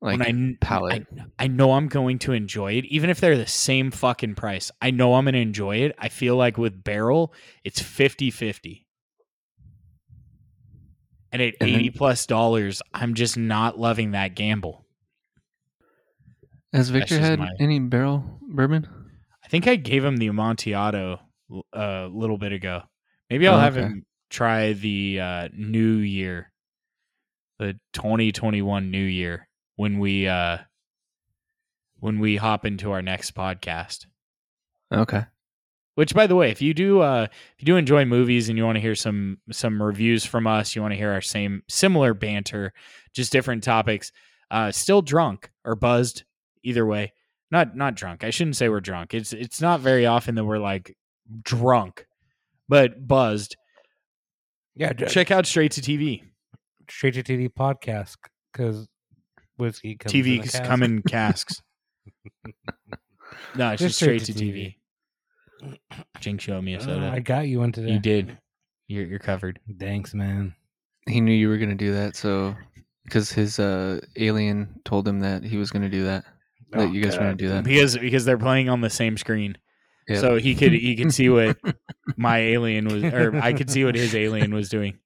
A: like
B: when I kn-
A: palate.
B: I, I know I'm going to enjoy it, even if they're the same fucking price. I know I'm going to enjoy it. I feel like with barrel, it's 50 50. And at
A: And then-
B: 80 plus dollars, I'm just not loving that gamble.
A: Has Victor
B: just
A: had
B: my-
A: any barrel bourbon?
B: I think I gave him the Amontillado l- a little bit ago. Maybe I'll
A: Oh,
B: have
A: okay.
B: him try the uh, new year, the 2021 new year when we uh, when we hop into our next podcast.
A: Okay,
B: Which, by the way, if you do uh, if you do enjoy movies and you want to hear some some reviews from us, you want to hear our same similar banter, just different topics. Uh, still drunk or buzzed, either way. Not not drunk. I shouldn't say we're drunk. It's it's not very often that we're like drunk, but buzzed.
C: Yeah, ju-
B: Check out Straight to TV.
C: straight to TV podcast because whiskey comes in a
B: TV's
C: cask.
B: come in casks. no, it's just, straight, to TV. Jinx showed me a
C: Uh, I
B: soda.
C: got you one today.
B: you did. You're you're covered.
C: Thanks, man.
A: he knew you were gonna do that, so because his uh, alien told him that he was gonna do that.
B: Oh,
A: That you guys were gonna do that.
B: because because they're playing on the same screen
A: Yep.
B: so he could he could see what my alien was or i could see what his alien was doing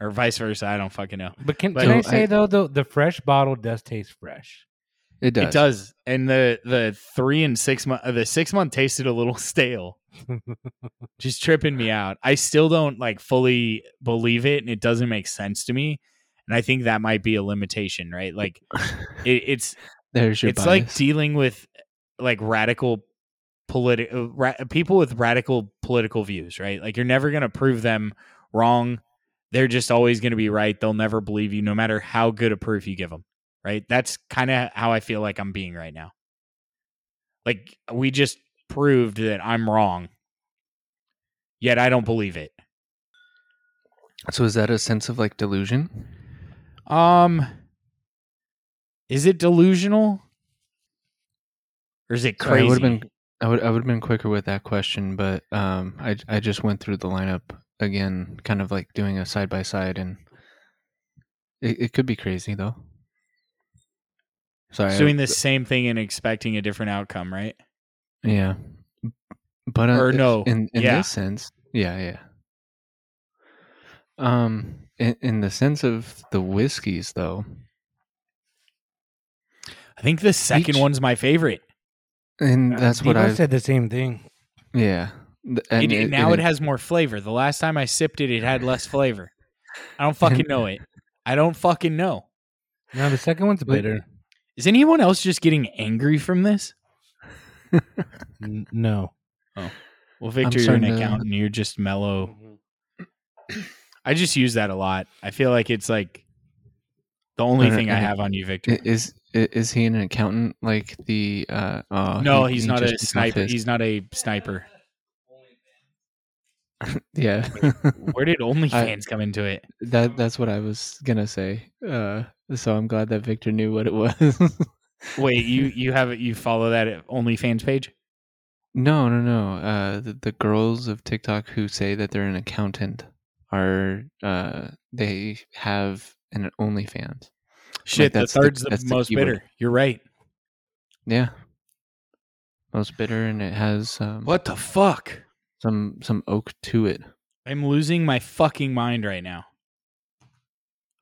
B: or vice versa i don't fucking know
C: But can,
B: But-
C: can I
A: So
C: say
A: I-
C: though, the the fresh bottle does taste fresh.
A: It does.
B: it does and the the three and six month the six month tasted a little stale just tripping me out i still don't like fully believe it and it doesn't make sense to me and i think that might be a limitation right like it, it's
A: There's your.
B: it's like
A: bias.
B: dealing with like radical political ra- people with radical political views right like you're never going to prove them wrong they're just always going to be right they'll never believe you no matter how good a proof you give them right that's kind of how i feel like i'm being right now like we just proved that i'm wrong yet i don't believe it
A: So is that a sense of like delusion?
B: um is it delusional or is it
A: Sorry,
B: crazy
A: I would have been I would I would have been quicker with that question, but um, I I just went through the lineup again, kind of like doing a side by side, and it, it could be crazy though. Sorry, I-
B: doing the same thing and expecting a different outcome, right?
A: yeah, but uh,
B: Or
A: if-
B: no,
A: in in
B: yeah.
A: this sense, yeah, yeah. Um, in, in the sense of the whiskeys, though,
B: I think the second
A: Each-
B: one's my favorite.
A: And
C: Uh,
A: that's what
C: Devo
A: I
C: said the same thing.
A: yeah. Th- And
B: It, it- now it,
A: it-
B: has more flavor. The last time I sipped it, it had less flavor. I don't fucking know it. I don't fucking know.
C: No, the second one's
A: But-
C: bitter.
B: Is anyone else just getting angry from this?
C: N- no.
B: Well, Victor, you're an
A: starting to-
B: accountant. You're just mellow.
C: Mm-hmm.
B: I just use that a lot. I feel like it's like the only
A: I don't-
B: thing
A: I
B: I
A: don't-
B: have on you, Victor.
A: i- is i- is he an accountant like the uh oh,
B: no,
A: he-
B: he's
A: he
B: not
A: just
B: a
A: becomes
B: sniper.
A: his-
B: He's not a sniper.
A: yeah.
B: Where did OnlyFans come into it?
A: that that's what I was gonna say. Uh so I'm glad that Victor knew what it was.
B: Wait, you you have you follow that OnlyFans page?
A: no, no, no. Uh the, the girls of TikTok who say that they're an accountant are uh they have an OnlyFans.
B: Shit, the
A: that's the-
B: third's the,
A: that's the
B: most
A: keyword.
B: bitter. You're right.
A: Yeah. Most bitter and it has um
B: What the fuck?
A: some some oak to it.
B: I'm losing my fucking mind right now.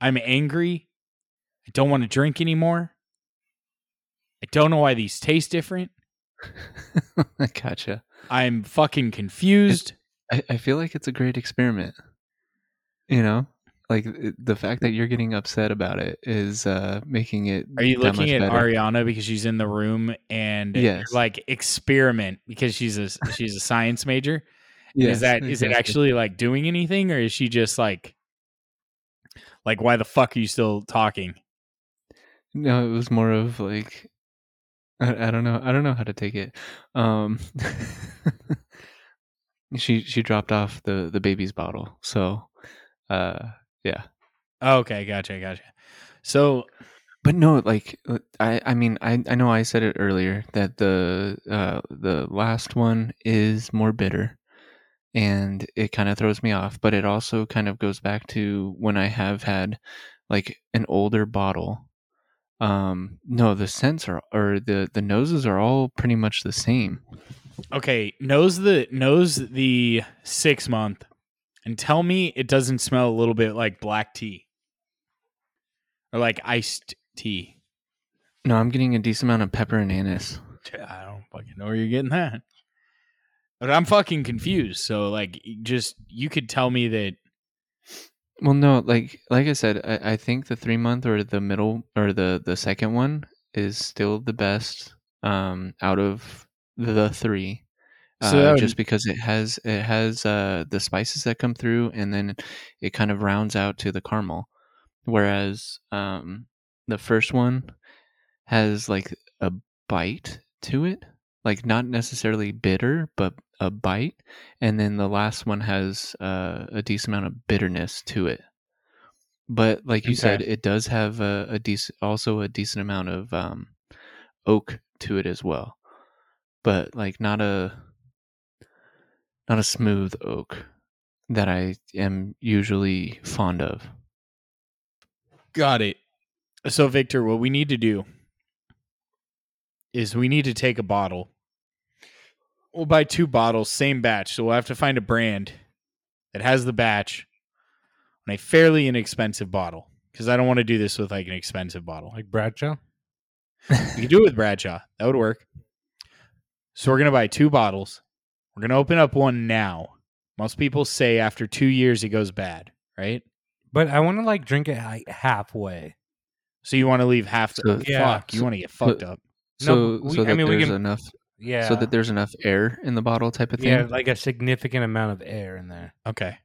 B: I'm angry. I don't want to drink anymore. I don't know why these taste different.
A: I gotcha.
B: I'm fucking confused.
A: I, I feel like it's a great experiment. You know, like it- the fact that you're getting upset about it is uh, making it.
B: Are you
A: that
B: looking
A: much
B: at
A: better.
B: Ariana because she's in the room and you're
A: Yes.
B: like experiment because she's a she's a science major?
A: Yes,
B: is that is it
A: exactly.
B: actually like doing anything or is she just like like why the fuck are you still talking?
A: No, it was more of like, I, I don't know, I don't know how to take it. Um, she she dropped off the the baby's bottle, so uh, yeah.
B: Okay, gotcha, gotcha. So
A: But no, like uh, I, I mean, I, I know I said it earlier that the uh, the last one is more bitter, and it kind of throws me off. But it also kind of goes back to when I have had like an older bottle. Um, no, the scents are or the the noses are all pretty much the same.
B: okay, nose the nose the six month and tell me it doesn't smell a little bit like black tea. Or like iced tea.
A: No, I'm getting a decent amount of pepper and anise.
B: I don't fucking know where you're getting that. But I'm fucking confused. So like just you could tell me that
A: Well, no, like like I said, I, I think the three month or the middle or the the second one is still the best um, out of the three,
B: So that
A: uh,
B: would-
A: just because it has it has uh, the spices that come through, and then it kind of rounds out to the caramel, whereas um, the first one has like a bite to it, like not necessarily bitter, but a bite and then the last one has uh, a decent amount of bitterness to it. But like you
B: Okay.
A: said, it does have a, a decent, also a decent amount of um, oak to it as well. But like not a not a smooth oak that I am usually fond of.
B: Got it. So, Victor, what we need to do is we need to take a bottle. We'll buy two bottles, same batch. So, we'll have to find a brand that has the batch on a fairly inexpensive bottle because I don't want to do this with like an expensive bottle.
C: Like Bradshaw?
B: We could do it with Bradshaw. That would work. So we're gonna buy two bottles. We're gonna open up one now. Most people say after two years it goes bad, right?
C: But I want to like drink it like halfway.
B: So you want to leave half the
A: So-
C: Yeah.
B: fuck. You want to get fucked up.
A: So,
C: No, we-
A: so
C: I
A: that
C: mean, we
A: there's
C: can-
A: enough,
C: Yeah.
A: so that there's enough air in the bottle, type of thing.
C: yeah, like a significant amount of air in there.
B: Okay.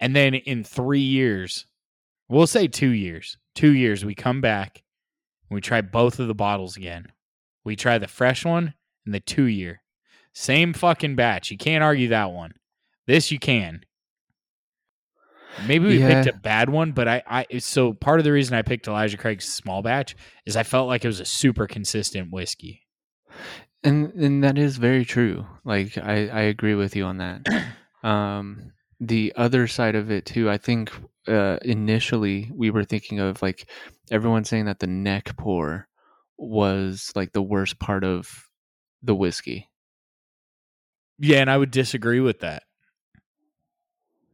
B: And then in three years, we'll say two years, two years, we come back and we try both of the bottles again. We try the fresh one and the two year. Same fucking batch. You can't argue that one. This you can. Maybe we
A: Yeah.
B: picked a bad one, but I, I so part of the reason I picked Elijah Craig's small batch is I felt like it was a super consistent whiskey.
A: and and that is very true like i i agree with you on that um the other side of it too i think uh initially we were thinking of like everyone saying that the neck pour was like the worst part of the whiskey
B: Yeah, and I would disagree with that.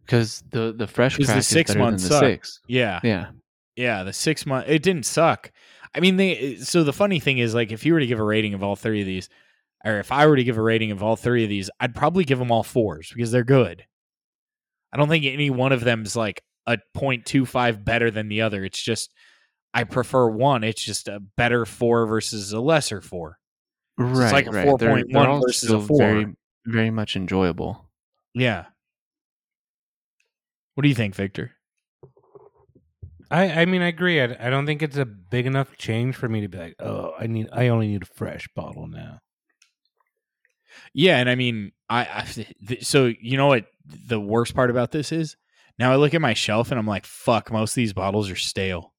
A: because the the fresh
B: 'Cause the
A: crack is
B: six
A: better than the
B: months suck.
A: six
B: Yeah.
A: yeah
B: Yeah, the six month it didn't suck. I mean, they. So the funny thing is, like, if you were to give a rating of all three of these, or if I were to give a rating of all three of these, I'd probably give them all fours because they're good. I don't think any one of them's like a 0.25 better than the other. It's just I prefer one. It's just a better four versus a lesser four.
A: Right.
B: it's like a
A: right. They're-
B: 4.1
A: they're all
B: versus a
A: still
B: 4.
A: Very, very much enjoyable.
B: Yeah. What do you think, Victor?
C: I, I mean, I agree. I, I don't think it's a big enough change for me to be like, oh, I need, I only need a fresh bottle now.
B: Yeah, and I mean, I, I th- so you know what the worst part about this is? Now I look at my shelf and I'm like, fuck, most of these bottles are stale.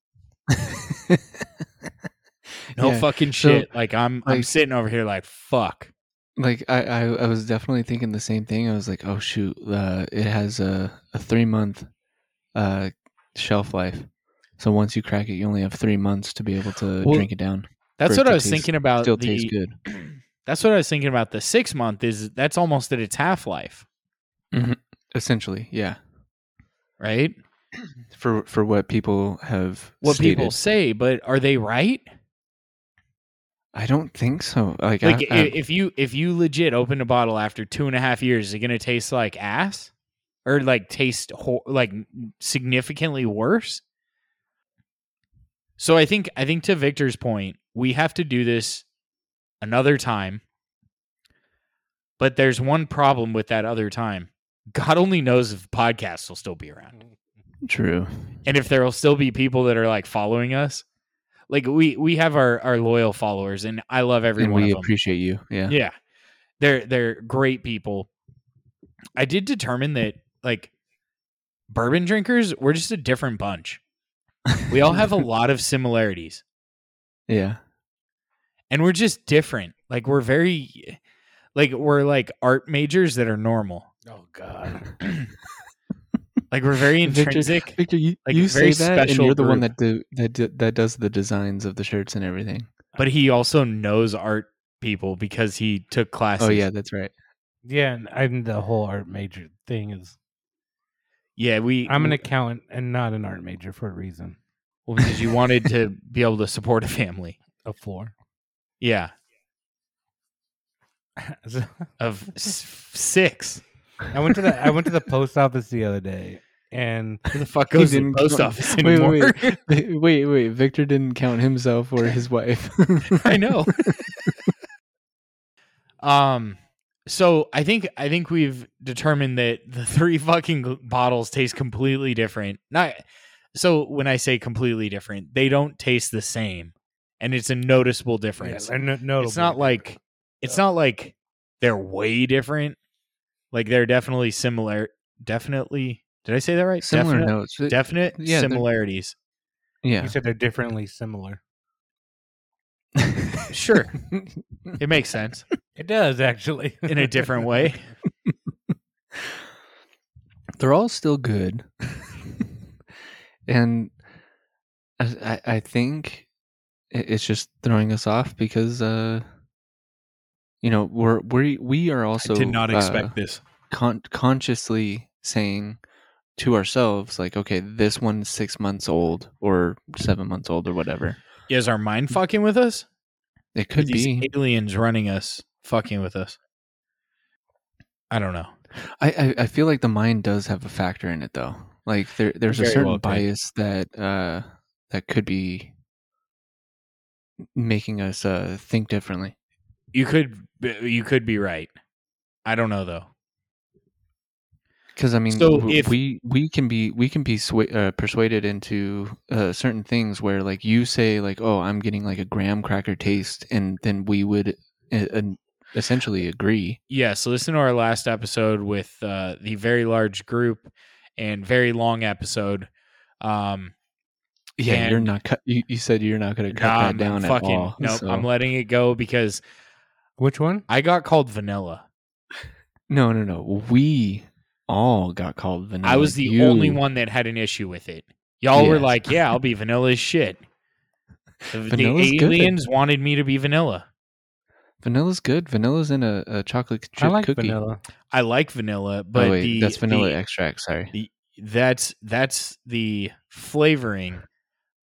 B: No
A: Yeah,
B: fucking
A: so,
B: shit. like I'm I'm
A: like-
B: sitting over here like fuck.
A: Like I, I, I was definitely thinking the same thing. I was like, oh shoot, uh, it has a, a three month uh, shelf life. So once you crack it, you only have three months to be able to
B: Well,
A: drink it down.
B: That's
A: For it
B: what
A: to
B: I was
A: taste-
B: thinking about
A: Still
B: the
A: tastes good.
B: That's what I was thinking about the 6 month is that's almost at its half life,
A: Essentially, yeah.
B: right?
A: For for what people have
B: What
A: stated.
B: people say, but are they right?
A: I don't think so. Like,
B: Like
A: I,
B: i if you if you legit open a bottle after two and a half years, is it gonna taste like ass, or like taste ho- like significantly worse? So I think I think to Victor's point, we have to do this another time. But there's one problem with that other time. God only knows if podcasts will still be around
A: true.
B: and if there will still be people that are like following us. Like we we have our our loyal followers, and I love every
A: And
B: one
A: we
B: of them.
A: appreciate you. Yeah.
B: Yeah. They're they're great people. I did determine that like bourbon drinkers, we're just a different bunch. We all have a lot of similarities
A: yeah.
B: and we're just different. Like we're very like we're like art majors that are normal.
C: Oh God.
B: Like we're very
A: Victor-
B: intrinsic.
A: Victor, you,
B: like,
A: you
B: a very
A: say that, and
B: special
A: you're the one
B: group.
A: that do, that do, that does the designs of the shirts and everything.
B: But he also knows art people because he took classes.
A: Oh yeah, that's right.
C: Yeah, and I'm the whole art major thing is
B: Yeah, we
C: I'm an accountant and not an art major for a reason.
B: well, because you wanted to be able to support a family.
C: A four.
B: Yeah.
C: So,
B: Of s- six.
C: I went to the I went to the post office the other day and
B: Who the fuck
A: He
B: goes to the
A: didn't
B: post
A: count-
B: office
A: Wait, wait,
B: anymore?
A: wait. wait, wait. Victor didn't count himself or his wife.
B: I know. um so I think I think we've determined that the three fucking bottles taste completely different. Not so when I say completely different, they don't taste the same. And it's a noticeable difference.
C: Yeah, no, no,
B: it's not like it's not like they're way different. Like they're definitely similar definitely did I say that right?
A: Similar
B: definite
A: notes.
B: definite
A: yeah, they're-
B: similarities.
A: yeah.
C: you said they're differently similar.
B: Sure. It makes sense.
C: It does actually.
B: in a different way.
A: They're all still good, and I, I I think it- it's just throwing us off because uh, you know we're we we are also uh,
B: this.
A: con- consciously saying to ourselves like okay this one's six months old or seven months old or whatever
B: Is our mind fucking with us?
A: it
B: Are
A: could
B: these
A: be
B: aliens running us, fucking with us. I don't know.
A: I, I i feel like the mind does have a factor in it though like there there's a
B: Very
A: certain
B: well could.
A: bias that uh that could be making us uh think differently
B: You could you could be right. I don't know though.
A: because i mean
B: So
A: w-
B: if-
A: we we can be we can be swa- uh, persuaded into uh, certain things where like you say like oh i'm getting like a graham cracker taste and then we would uh, uh, essentially agree
B: Yes, listen to our last episode with uh, the very large group and very long episode. Um,
A: Yeah, you're
B: And-
A: not cut. You, you said you're not going to cut
B: nah,
A: that down
B: I'm
A: at
B: fucking
A: all.
B: nope.
A: so-
B: I'm letting it go because
C: Which one?
B: I got called vanilla.
A: no, no, no. We all got called vanilla.
B: I was the
A: Mm, You-
B: only one that had an issue with it. Y'all were
A: Yes.
B: like, "Yeah, I'll be vanilla as shit." The, the
A: Vanilla's good.
B: aliens wanted me to be vanilla.
A: Vanilla's good. Vanilla's in a, a chocolate chip
C: I like
A: cookie.
C: vanilla.
B: I like vanilla, but
A: But Oh, wait,
B: the,
A: that's vanilla
B: the-
A: extract. Sorry.
B: that's that's the flavoring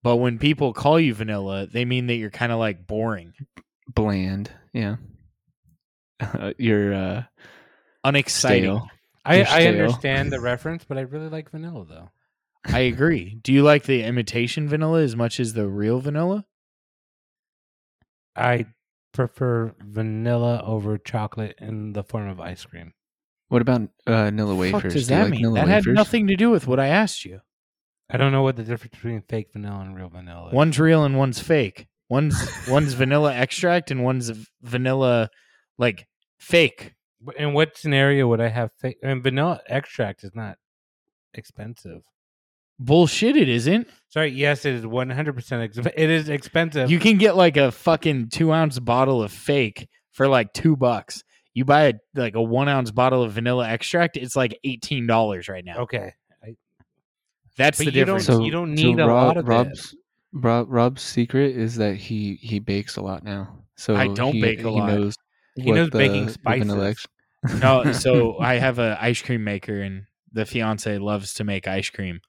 B: But when people call you vanilla, they mean that you're kind of like boring,
A: bland. Yeah. you're uh,
B: unexciting.
A: stale.
C: I,
A: You're
C: I
A: stale.
C: understand the reference, but I really like vanilla though.
B: I agree. Do you like the imitation vanilla as much as the real vanilla?
C: I prefer vanilla over chocolate in the form of ice cream.
A: What about uh, Nilla
B: Fuck
A: wafers?
B: does
A: Do you
B: that
A: like
B: mean?
A: Nilla
B: That
A: wafers?
B: had nothing to do with what I asked you.
C: I don't know what the difference between fake vanilla and real vanilla. is.
B: One's real and one's fake. One's one's vanilla extract and one's v- vanilla like fake.
C: In what scenario would I have fake? And vanilla extract is not expensive.
B: Bullshit! It isn't.
C: Sorry, yes, it is one hundred percent. It is expensive.
B: You can get like a fucking two ounce bottle of fake for like two bucks. You buy a, like a one ounce bottle of vanilla extract, it's like eighteen dollars right now.
C: okay?
B: That's
C: But
B: the
C: you don't-
B: difference.
A: So
C: you don't
A: so
C: need a
A: Rob-
C: lot of it.
A: Rob's, Rob, Rob's secret is that he he bakes a lot now. So
B: I don't
A: he-
B: bake
A: he
B: a lot.
A: Knows
C: He
A: what
C: knows
A: the-
C: baking
A: the vanilla
C: spices.
A: ex-
B: no, so I have a ice cream maker, and the fiance loves to make ice cream.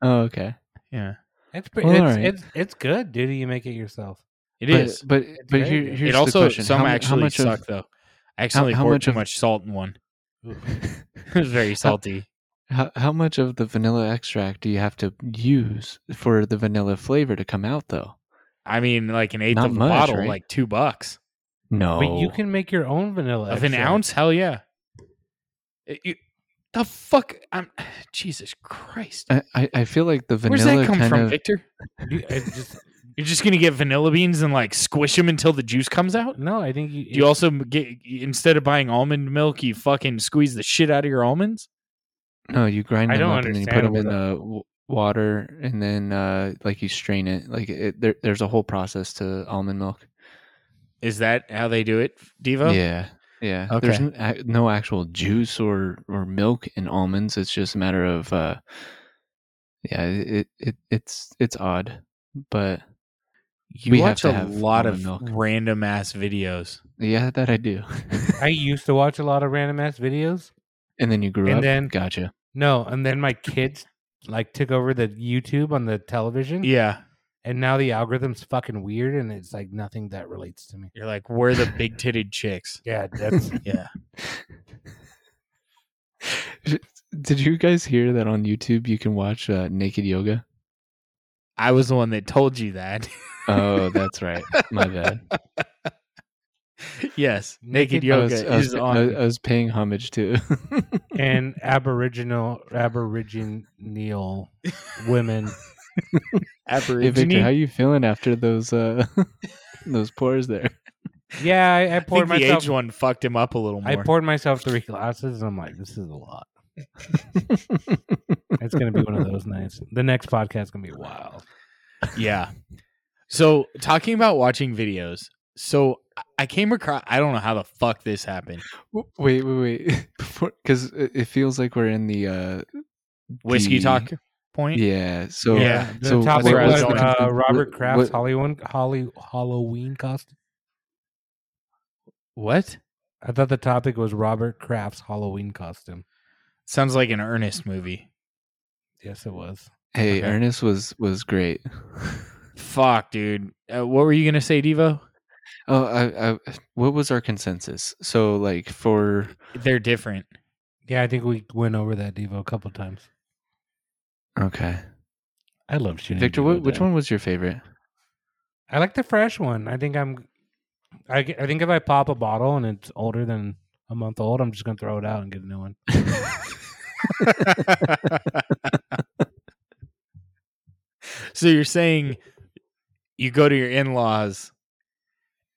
A: oh, okay.
B: Yeah,
C: It's pretty.
A: Well,
C: it's,
A: alright.
C: it's it's good, dude. You make it yourself.
B: it
A: but,
B: is.
A: But but
C: very
A: here,
C: good.
A: here's
B: It also
A: the question.
B: some
A: how, mu-
B: actually
A: how much
B: suck
A: of,
B: though. I accidentally
A: how
B: poured
A: much
B: too
A: of-
B: much salt in one.
C: Ooh.
B: it was very salty.
A: How, how much of the vanilla extract do you have to use for the vanilla flavor to come out though?
B: I mean, like an eighth
A: Not
B: of a
A: much,
B: bottle,
A: right?
B: like two bucks
A: No.
C: But you can make your own vanilla
B: of an
C: extract.
B: ounce. Hell yeah! It- you- the fuck! I'm Jesus Christ.
A: I, I- I feel like the
B: Where's
A: vanilla
B: that come
A: kind
B: from,
A: of
B: Victor?
C: You- it's just
B: You're just gonna get vanilla beans and like squish them until the juice comes out.
C: no. I think you.
B: Do you also get instead of buying almond milk, you fucking squeeze the shit out of your almonds?
A: No, you grind
C: I
A: them
C: don't
A: up and then you put
C: understand
A: them in
C: what
A: uh, w- water, and then uh, like you strain it. Like it, there, there's a whole process to almond milk.
B: Is that how they do it, Devo?
A: Yeah, yeah. There's
B: Oh. Okay.
A: n- ac- no actual juice or or milk in almonds. It's just a matter of uh, yeah. It, it it's it's odd, but
B: You
A: We have
B: watch
A: to
B: a
A: have
B: lot of
A: almond milk.
B: random ass videos.
A: yeah, that I do.
C: I used to watch a lot of random ass videos.
A: and then you grew
C: And
A: up.
C: then-
A: gotcha.
C: No, and then my kids like took over the YouTube on the television.
B: Yeah.
C: and now the algorithm's fucking weird, and it's like nothing that relates to me.
B: You're like, we're the big titted chicks.
C: Yeah, that's
B: Yeah.
A: Did you guys hear that on YouTube? You can watch uh, naked yoga.
B: I was the one that told you that.
A: Oh, that's right. My bad.
B: yes. Naked
C: Naked-
A: I
B: yoga
A: was, I was-
B: is
A: I-
B: on.
A: I was paying homage to.
C: and aboriginal aboriginal women.
A: Hey Victor,
B: Aborigine.
A: how you feeling after those uh those pours there?
C: Yeah, I, I
B: I think
C: poured
B: the
C: myself.
B: age one fucked him up a little more.
C: I poured myself three glasses, and I'm like, this is a lot. It's gonna be one of those nights. The next podcast is gonna be wild.
B: yeah. So talking about watching videos. So I- I came across. I don't know how the fuck this happened.
A: wait, wait, wait. Because it it feels like we're in the uh
B: Whiskey
A: The-
B: talk point.
A: yeah. So
B: Yeah.
C: the
A: so
C: topic
B: where I
C: was
B: was going-
C: uh, Robert
A: what-
C: Kraft's
A: what-
C: Halloween Holly, Halloween costume.
B: What?
C: I thought the topic was Robert Kraft's Halloween costume.
B: Sounds like an Ernest movie.
C: Yes, it was.
A: Hey,
B: Okay.
A: Ernest was was great.
B: Fuck, dude. Uh, what were you gonna say, Devo?
A: Oh, I, I, what was our consensus? So like for
B: They're different.
C: Yeah, I think we went over that Devo a couple times.
A: okay,
C: I love shooting.
A: Victor,
C: Devo
A: what, which
C: down.
A: one was your favorite?
C: I like the fresh one. I think I'm. I, g- I think if I pop a bottle and it's older than a month old, I'm just gonna throw it out and get a new one.
B: so you're saying you go to your in-laws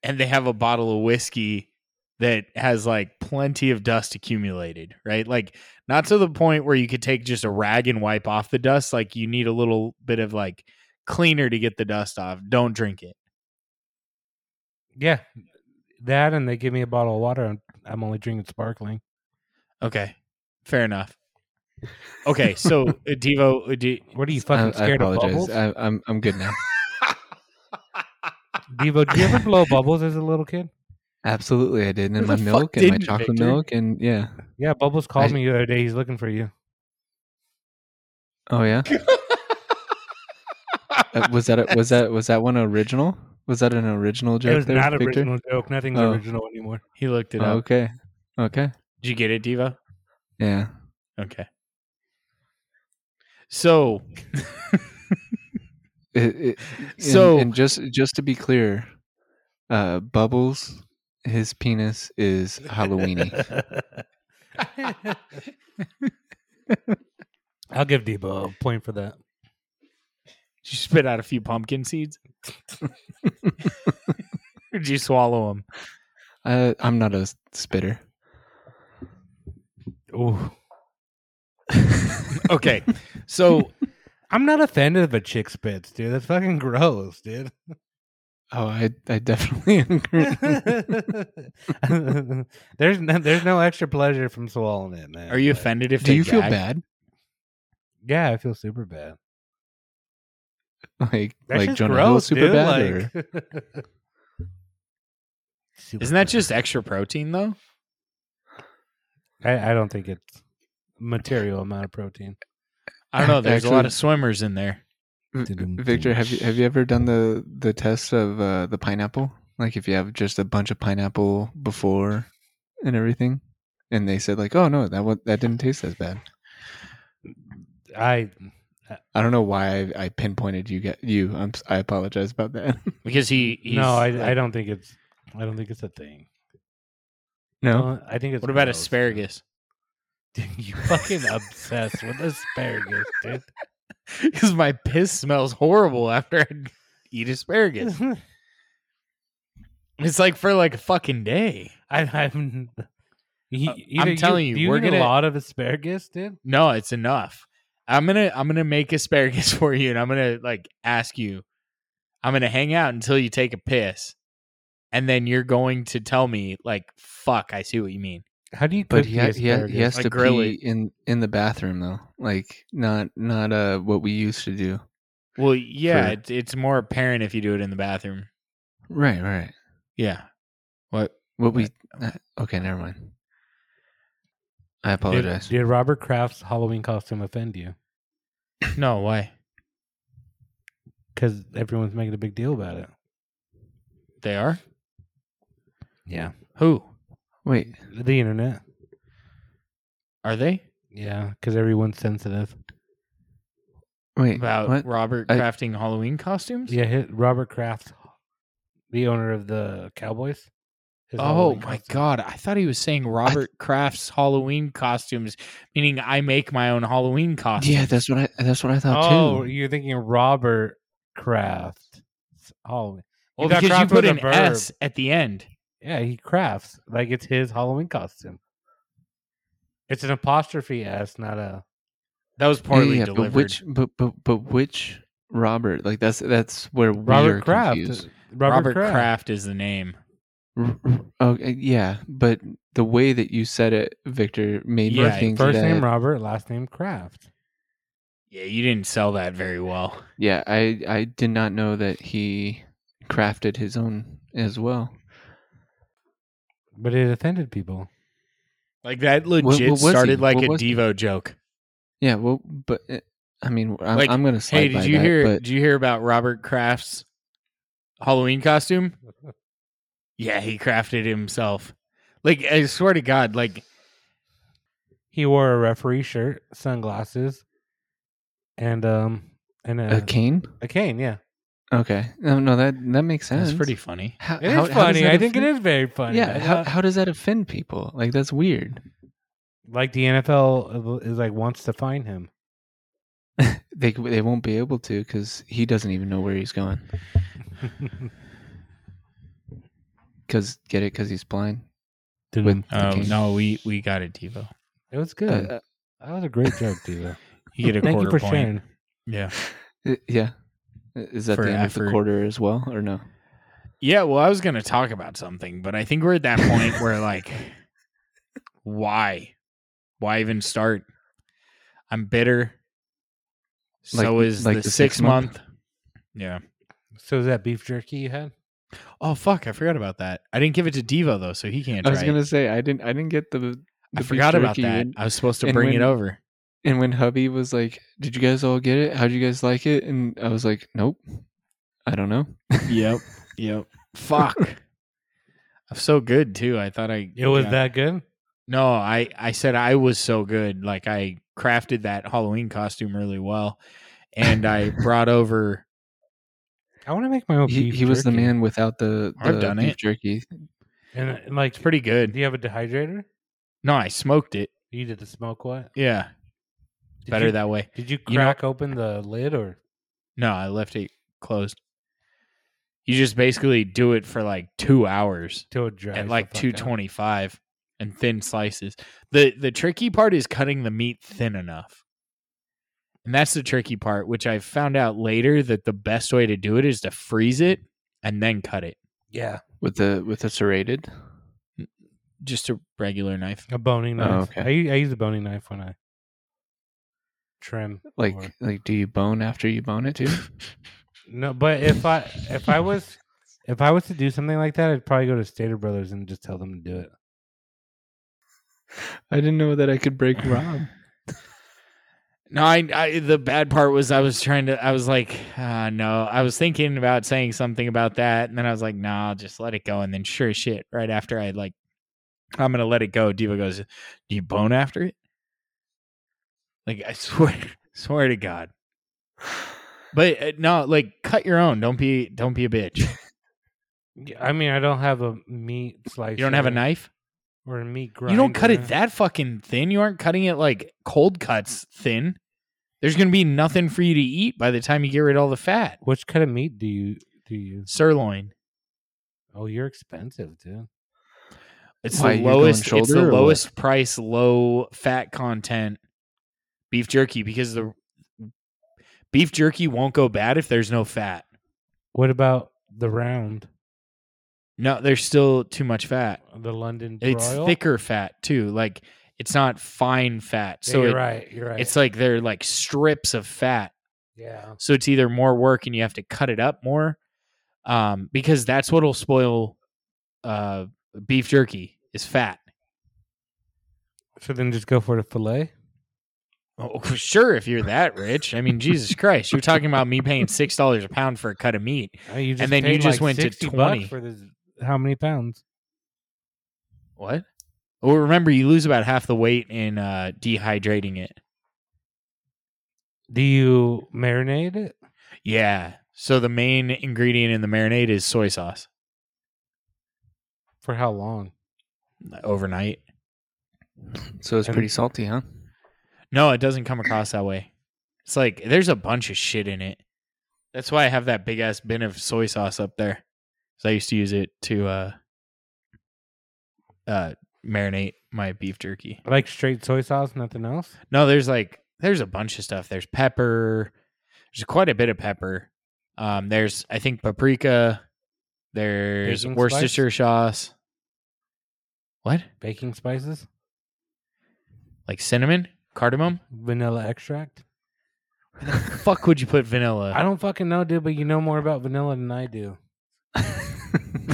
B: and they have a bottle of whiskey that has like plenty of dust accumulated, right? Like not to the point where you could take just a rag and wipe off the dust, like you need a little bit of like cleaner to get the dust off. Don't drink it.
C: Yeah, that and they give me a bottle of water. I'm, I'm only drinking sparkling.
B: Okay. Fair enough. Okay, so uh, Devo, uh, do,
C: What are you
A: I,
C: fucking
A: I
C: scared of
A: apologize.
C: bubbles?
A: I, I'm I'm good now.
C: Devo, do you ever blow bubbles as a little kid?
A: Absolutely, I did. And
B: Who
A: my
B: the fuck
A: milk and my
B: didn't,
A: chocolate
B: Victor?
A: milk and yeah.
C: Yeah, Bubbles called
A: I-
C: me the other day. He's looking for you.
A: Oh yeah. Uh, was that a, was that was that one original? Was that an original joke?
C: It was
A: there,
C: not
A: Victor?
C: original joke. Nothing's
A: Oh.
C: original anymore.
B: He looked it
A: Oh,
B: up.
A: okay, okay,
B: Did you get it, Diva?
A: yeah.
B: Okay. So
A: It, it, and-
B: So-
A: and just just to be clear, uh, Bubbles, his penis is Halloweeny.
C: I'll give Debo a point for that.
B: Did you spit out a few pumpkin seeds? or did you swallow them?
A: uh, I'm not a spitter.
C: Ooh.
B: Okay. So
C: I'm not offended if a chick spits, dude. That's fucking gross, dude.
A: Oh, I I definitely agree.
C: there's no, there's no extra pleasure from swallowing it, man.
B: are you
C: Like,
B: offended if
A: Do
B: they
A: you feel
B: gag?
A: bad?
C: Yeah, I feel super bad.
A: Like
C: That
A: like
C: shit's
A: Jonah Hill,
C: gross,
A: super
C: dude.
A: bad? or-
C: Like- Super
B: Isn't that
C: bad.
B: just extra protein though?
C: I, I don't think it's material amount of protein.
B: I don't know. There's a lot
A: Actually-
B: of swimmers in there.
C: Didn't-
A: Victor, have you have you ever done the the test of uh, the pineapple? Like if you have just a bunch of pineapple before and everything, and they said like, "Oh no, that one that didn't taste as bad."
C: I
A: I don't know why I, I pinpointed you. Get you. I'm, s- I apologize about that.
B: Because he he's,
C: no, I, I don't think it's I don't think it's a thing.
A: no,
C: Uh, I think it's
B: What about
C: gross, dude.
B: asparagus?
C: Dude, you fucking obsessed with asparagus, dude.
B: Because my piss smells horrible after I eat asparagus. It's like for like a fucking day.
C: I, I'm. You-
B: Uh, I'm
C: either
B: telling you,
C: do you
B: we're
C: eat
B: gonna-
C: a lot of asparagus, dude.
B: No, it's enough. I'm gonna I'm gonna make asparagus for you, and I'm gonna like ask you. I'm gonna hang out until you take a piss, and then you're going to tell me like, "Fuck, I see what you mean."
C: How do you cook
A: but
C: the
A: he, ha- he, ha-
C: asparagus?
A: he has
B: Like
A: to
B: grill
A: pee in in the bathroom though. Like not not uh what we used to do.
B: Well, yeah,
A: True.
B: it's it's more apparent if you do it in the bathroom.
A: Right, right.
B: Yeah. What?
A: What we uh, okay, never mind. I
C: Did,
A: apologize.
C: did Robert Kraft's Halloween costume offend you?
B: No, why?
C: Because everyone's making a big deal about it.
B: They are
C: Yeah,
B: who
A: Wait,
C: the internet.
B: are they
C: Yeah, because everyone's sensitive.
A: wait.
B: about
A: what?
B: Robert
A: I-
B: crafting Halloween costumes?
C: Yeah, hit Robert Kraft, the owner of the Cowboys. his
B: Oh
C: Halloween
B: my
C: costume.
B: god! I thought he was saying Robert Kraft's Halloween costumes, meaning I make my own Halloween costume.
A: Yeah, that's what I that's what I thought
C: Oh,
A: too.
C: you're thinking Robert Kraft. Halloween.
B: Well,
C: You
B: because
C: got
B: you
C: Kraft
B: put
C: with a
B: an
C: verb.
B: S at the end.
C: Yeah, he crafts like it's his Halloween costume. It's an apostrophe S, not a.
B: That was poorly
A: yeah,
B: delivered.
A: But which but, but but which Robert? Like that's that's where we are
C: Robert Kraft.
A: confused.
B: Robert,
C: Robert,
B: Kraft.
C: Kraft.
B: is the name.
A: R- r- Okay, yeah, but the way that you said it, Victor, made me
B: Yeah,
A: think
C: First
A: that.
C: name Robert, last name Kraft.
B: Yeah, you didn't sell that very well.
A: yeah, I I did not know that he crafted his own as well.
C: But it offended people.
B: Like that legit
A: what was he?
B: started like
A: What
B: a
A: was he?
B: Devo joke.
A: Yeah, well, but uh, I mean, I'm,
B: Like,
A: I'm gonna slide
B: hey, did
A: by
B: you
A: that,
B: hear?
A: but-
B: Did you hear about Robert Kraft's Halloween costume? Yeah, he crafted it himself. Like I swear to God, like
C: He wore a referee shirt, sunglasses, and um and a,
A: a cane?
C: a cane. Yeah,
A: Okay, no, no, that that makes sense.
B: that's pretty funny.
A: How,
C: it is
A: how- how does
C: funny.
A: that
C: I think it
A: affect-
C: is very funny.
A: Yeah,
C: I
A: how,
C: thought-
A: how does that offend people? Like that's weird.
C: like the NFL is like wants to find him.
A: They c- they won't be able to because he doesn't even know where he's going. Because get it? Because he's blind.
C: Didn't-
B: Oh
A: Okay.
B: no, we we got it, Devo.
C: it was
A: Uh,
C: good.
A: uh,
C: that was a great joke, Diva.
B: You get a
C: Thank
B: quarter
C: you for
B: point.
C: sharing.
B: Yeah.
A: I- Uh, yeah. Uh, Is that
B: For
A: the end of
B: effort.
A: the quarter as well, or no?
B: Yeah, well, I was going to talk about something, but I think we're at that point where, like, why? Why even start? I'm bitter. So
A: Like-
B: is
A: like
B: the,
A: the
B: six
A: six month?
B: month. Yeah.
C: So is that beef jerky you had?
B: Oh, fuck. I forgot about that. I didn't give it to Devo, though, so he can't
A: I
B: try.
A: was
B: it.
A: gonna say I didn't. I didn't get the. the
B: I
A: beef
B: forgot about
A: jerky
B: that.
A: and-
B: I was supposed to
A: and
B: bring it
A: when-
B: over.
A: And when hubby was like, "Did you guys all get it? How'd you guys like it?" and I was like, "Nope, I don't know."
B: Yep. Yep. Fuck. I'm so good too. I thought I
C: It was
B: got-
C: that good.
B: No, I I said I was so good. Like I crafted that Halloween costume really well, and I brought over.
C: I want to make my own.
A: he,
C: beef
A: he was the
C: jerky.
A: man without the,
B: Oh, I've
A: the
B: done
A: beef
B: it.
A: jerky.
C: And, uh, like,
B: It's pretty
C: do
B: good.
C: you have a dehydrator?
B: No, I smoked it.
C: You did the smoke what?
B: Yeah,
C: Did
B: better
C: you,
B: that way.
C: Did you
B: You know-
C: crack open the lid or?
B: No, I left it closed. You just basically do it for like two hours.
C: Till it dries
B: at
C: the
B: like
C: fuck out?
B: 225 and thin slices. The the tricky part is cutting the meat thin enough. And that's the tricky part, which I found out later that the best way to do it is to freeze it and then cut it.
C: Yeah,
A: with the with the serrated.
B: Just a regular knife.
C: a boning
A: Oh,
C: knife.
A: okay.
C: I, u- I use a boning knife when I trim.
A: Like
C: or-
A: like, do you bone after you bone it too?
C: no, but if I if I was if I was to do something like that, I'd probably go to Stater Brothers and just tell them to do it.
A: I didn't know that I could break Rob.
B: No, I, I the bad part was I was trying to I was like, uh, no, I was thinking about saying something about that and then I was like, no, nah, I'll just let it go and then sure as shit right after I like I'm going to let it go, Diva goes, "Do you bone after it?" Like I swear swear to god. But uh, no, like cut your own. Don't be don't be a bitch.
C: Yeah, I mean, I don't have a meat slicer.
B: You don't have a knife?
C: or a meat grinder.
B: You don't cut it that fucking thin. You aren't cutting it like cold cuts thin. There's going to be nothing for you to eat by the time you get rid of all the fat.
C: Which kind of meat do you do you? use?
B: Sirloin.
C: Oh, you're expensive, dude.
B: It's
A: Why,
B: the
A: you're going
B: lowest. It's
A: shoulder
B: the
A: or what?
B: lowest price, low fat content beef jerky because the beef jerky won't go bad if there's no fat.
C: What about the round,
B: No, there's still too much fat.
C: the London
B: It's
C: broil?
B: thicker fat too. Like it's not fine fat.
C: Yeah,
B: So
C: you're
B: it-
C: right. You're right.
B: it's like they're like strips of fat.
C: yeah.
B: So it's either more work and you have to cut it up more, um, because that's what'll spoil uh, beef jerky is fat.
C: So then just go for the fillet.
B: Oh, sure, if you're that rich. I mean, Jesus Christ, you're talking about me paying six dollars a pound for a cut of meat.
C: Oh, you
B: then you
C: paid,
B: just went to
C: 60 bucks
B: 20.
C: for this. How many pounds?
B: What? Well, Oh, remember, you lose about half the weight in uh, dehydrating it.
C: Do you marinate it?
B: Yeah. So the main ingredient in the marinade is soy sauce
C: For how long?
B: uh, overnight.
A: So it's
C: And-
A: pretty salty, huh?
B: No, it doesn't come across that way. It's like there's a bunch of shit in it. That's why I have that big ass bin of soy sauce up there. So I used to use it to uh, uh, marinate my beef jerky.
C: Like straight soy sauce, nothing else?
B: No, there's like there's a bunch of stuff. There's pepper. There's quite a bit of pepper. Um, there's I think paprika. There's
C: Baking
B: Worcestershire sauce. What?
C: Baking spices?
B: Like cinnamon, cardamom?
C: Vanilla extract?
B: Fuck, would you put vanilla?
C: I don't fucking know, dude, but you know more about vanilla than I do.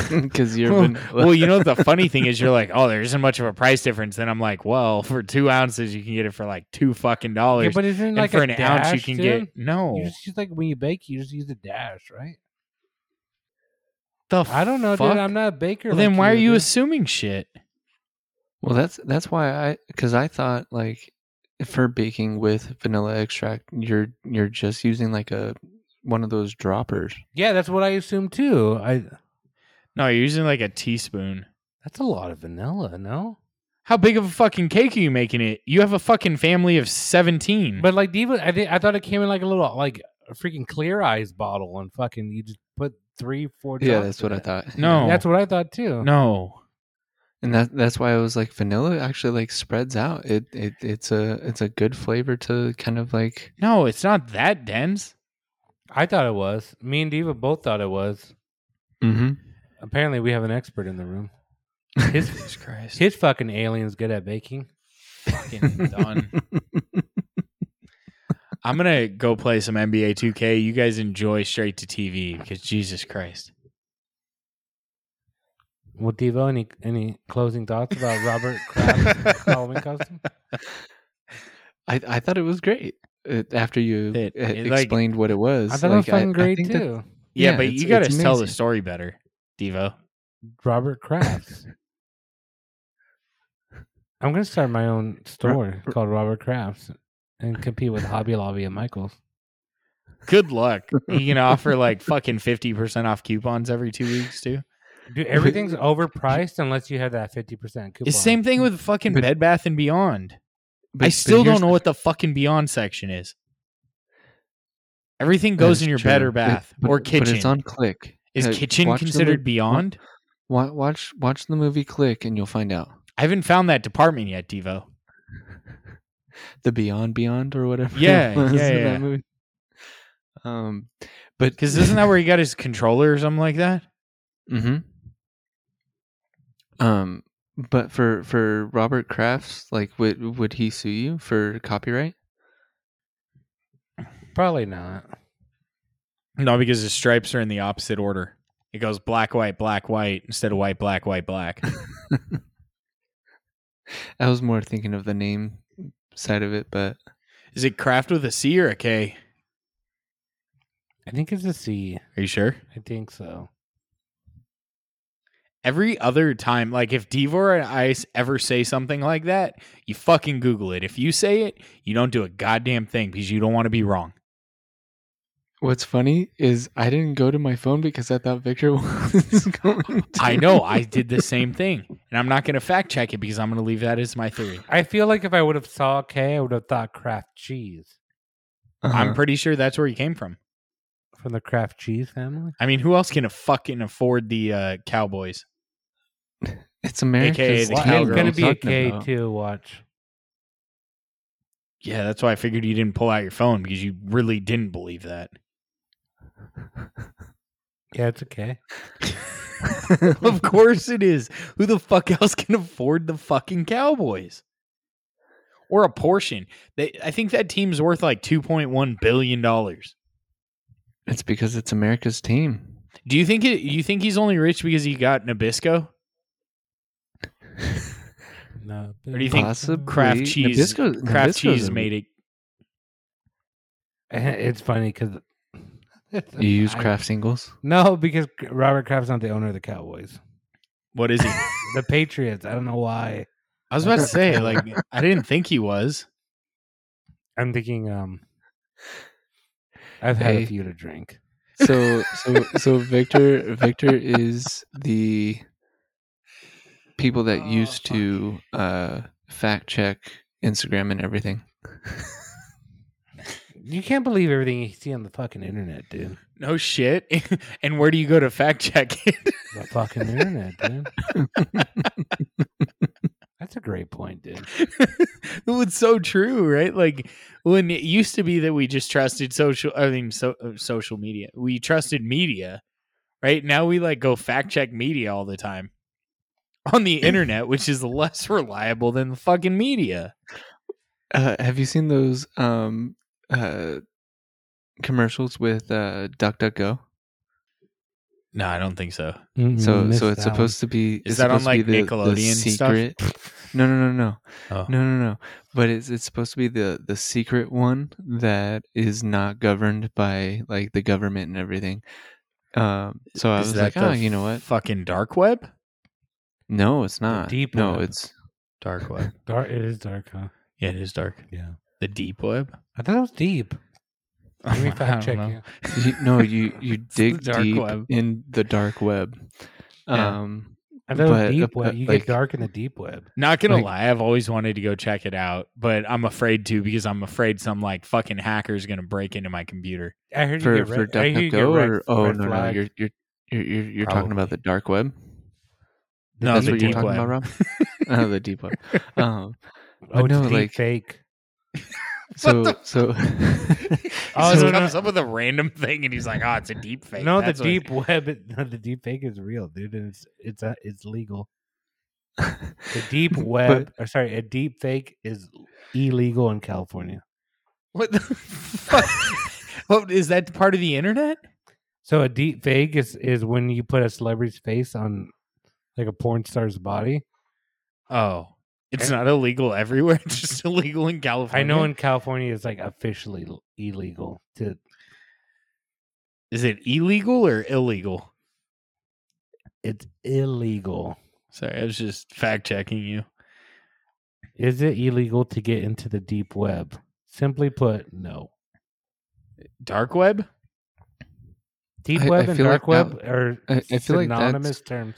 A: Because you're
B: Well-
A: vanilla.
B: well, you know the funny thing is, you're like, oh, there isn't much of a price difference. Then I'm like, well, for two ounces, you can get it for like two fucking dollars.
C: Yeah, but isn't it
B: and
C: like
B: for
C: a
B: an
C: dash,
B: ounce, you can
C: dude?
B: get Oh. no.
C: You just use like when you bake, you just use a dash, right?
B: the
C: I don't know,
B: fuck?
C: dude. I'm not a baker.
B: Well, then
C: like
B: why are you
C: dude.
B: assuming shit?
A: Well, that's that's why I because I thought like for baking with vanilla extract, you're you're just using like a one of those droppers.
C: Yeah, that's what I assume too. I
B: No, you're using like a teaspoon.
C: that's a lot of vanilla, no?
B: How big of a fucking cake are you making it? You have a fucking family of 17.
C: But like Diva, I think I thought it came in like a little like a freaking clear eyes bottle and fucking you just put three, four.
A: yeah,
C: drops
A: that's
C: in
A: what I
C: it.
A: thought.
B: No.
C: That's what I thought too.
B: no.
A: and that that's why I was like vanilla actually like spreads out. It it it's a it's a good flavor to kind of like
B: No, it's not that dense.
C: I thought it was. Me and Diva both thought it was.
B: Mm-hmm.
C: Apparently, we have an expert in the room. His
B: Jesus Christ.
C: his fucking alien's good at baking.
B: fucking done. I'm going to go play some NBA 2K. You guys enjoy straight to TV because Jesus Christ.
C: Well, Devo, any any closing thoughts about Robert Kraft's Halloween costume?
A: I, I thought it was great uh, after you
B: It-
A: uh,
B: it, like-
A: explained what it was.
C: I thought it was
A: Like,
C: fucking great
A: think that-
C: too.
B: Yeah,
A: Yeah,
B: but
A: it's-
B: you got
A: it's
B: to tell the
A: amazing.
B: story better, Devo.
C: Robert Kraft. I'm gonna start my own store called Robert Kraft's and compete with Hobby Lobby and Michaels.
B: Good luck. you can offer like fucking fifty percent off coupons every two weeks too.
C: Dude, everything's overpriced unless you have that fifty percent coupon.
B: It's same thing with fucking
A: But-
B: Bed Bath and Beyond.
A: but-
B: I
A: but
B: still
A: here's
B: don't know what the fucking Beyond section is. Everything
A: That
B: goes
A: is
B: in your
A: true.
B: bed or
A: It-
B: bath
A: but-
B: or
A: But
B: kitchen.
A: it's on Click.
B: is
A: Uh,
B: kitchen
A: watch the
B: considered
A: mo-
B: Beyond?
A: wa- Watch watch the movie Click, and you'll find out
B: I haven't found that department yet, Devo.
A: the Beyond Beyond or whatever. it
B: Yeah,
A: was
B: yeah,
A: in
B: yeah.
A: That movie. Um, but
B: Because isn't that where he got his controller or something like that?
A: Mm-hmm. Um, but for for Robert Kraft's, like, would would he sue you for copyright?
C: Probably not.
B: No, because his stripes are in the opposite order. It goes black, white, black, white instead of white, black, white, black.
A: I was more thinking of the name side of it, but
B: Is it craft with a C or a K?
C: I think it's a C.
B: Are you sure?
C: I think so.
B: Every other time, like if Devor and I s- ever say something like that, you fucking Google it. If you say it, you don't do a goddamn thing because you don't want to be wrong.
A: what's funny is I didn't go to my phone because I thought Victor was going. To.
B: I know I did the same thing, and I'm not going to fact check it because I'm going to leave that as my theory.
C: I feel like if I would have saw K, I would have thought Kraft cheese
B: I'm
A: Uh-huh.
B: pretty sure that's where you came from.
C: from the Kraft cheese family.
B: I mean, who else can fucking afford the uh, Cowboys?
A: It's America's
B: the
C: Well,
B: cowgirl
C: it's gonna be a
A: Talking
C: K
A: about-
C: too. Watch.
B: Yeah, that's why I figured you didn't pull out your phone because you really didn't believe that.
C: Yeah, it's a K.
B: of course it is. Who the fuck else can afford the fucking Cowboys? Or a portion. They, I think that team's worth like $2.1 billion. Do
A: It's because it's America's team.
B: you think it, you think he's only rich because he got Nabisco?
C: No. Mm,
B: Or do you think
A: Possibly.
B: Kraft cheese
A: Nabisco-
B: Kraft
A: Nabisco's
B: cheese
A: a-
B: made it.
A: eh,
C: It's funny because
A: You use Kraft singles.
C: No, because Robert Kraft's not the owner of the Cowboys.
B: What is he?
C: The Patriots. I don't know why.
B: I was about to say like I didn't think he was.
C: I'm thinking. Um, I've had
A: Hey.
C: a few to drink.
A: So so so Victor Victor is the people that
B: Oh,
A: used
B: fuck.
A: to uh, fact check Instagram and everything.
C: You can't believe everything you see on the fucking internet, dude.
B: No shit. and where do you go to fact check it?
C: The fucking internet, dude. That's a great point, dude.
B: well, it's so true, right? Like when it used to be that we just trusted social, I mean, so, uh, social media. We trusted media, right? Now we like go fact check media all the time on the internet, which is less reliable than the fucking media.
A: Uh, have you seen those um, uh, commercials with uh, DuckDuckGo?
B: No, I don't think so.
A: So so it's supposed to be
B: Is
A: it's
B: that on,
A: supposed to be
B: like, Nickelodeon stuff?
A: secret. No no no no
B: Oh.
A: no no no. But it's it's supposed to be the the secret one that is not governed by like the government and everything. Um, so I was like,
B: the
A: oh, you know what?
B: Fucking dark web.
A: No, it's not.
C: deep
A: no,
C: web.
A: it's
B: Dark web.
C: dark. It is dark, huh?
B: yeah, it is dark.
C: Yeah.
B: The deep web.
C: I thought it was deep. Let me fact check you.
A: you, no you you
B: It's the
A: dig
B: dark
A: deep
B: web.
A: in the dark web.
B: Yeah.
A: Um,
C: I thought
A: But,
C: it was deep
A: uh,
C: web.
A: but,
C: You
A: like-
C: get dark in the deep web.
B: Not gonna
A: Like-
B: lie, I've always wanted to go check it out, but I'm afraid to because I'm afraid some like fucking hacker is gonna break into my computer.
C: I heard
A: for
C: you get
A: for
C: red. I heard you get
A: DuckDuckGo
C: red-
A: or oh
C: red
A: no no
C: flag.
A: you're you're you're you're, you're talking about
B: Probably.
A: the dark web.
B: No,
A: That's
B: the
A: what you're
B: deep
A: talking
B: web.
A: about, Rob. oh, the deep web. Um,
C: Oh,
A: no,
C: it's deep
A: like-
C: fake.
A: so so
B: Oh,
C: Oh,
B: just
C: no, no.
B: comes up with a random thing and he's like, "Oh, it's a deep fake."
C: no, the
B: That's what-
C: deep web. No, the deep fake is real, dude. And it's it's uh, it's legal. The deep web. or sorry, a deep fake is illegal in California.
B: What the fuck? what is that part of the internet?
C: So a deep fake is is when you put a celebrity's face on like a porn star's body,
B: Oh, It's not illegal everywhere. It's just illegal in California.
C: I know in California it's like officially l- illegal to
B: Is it illegal or illegal?
C: it's illegal.
B: Sorry, I was just fact checking you.
C: Is it illegal to get into the deep web? Simply put, no.
B: Dark web?
C: Deep
A: I-
C: web
A: I
C: and
A: feel like
C: dark web
A: that-
C: are
A: I- I feel like that's-
C: synonymous terms.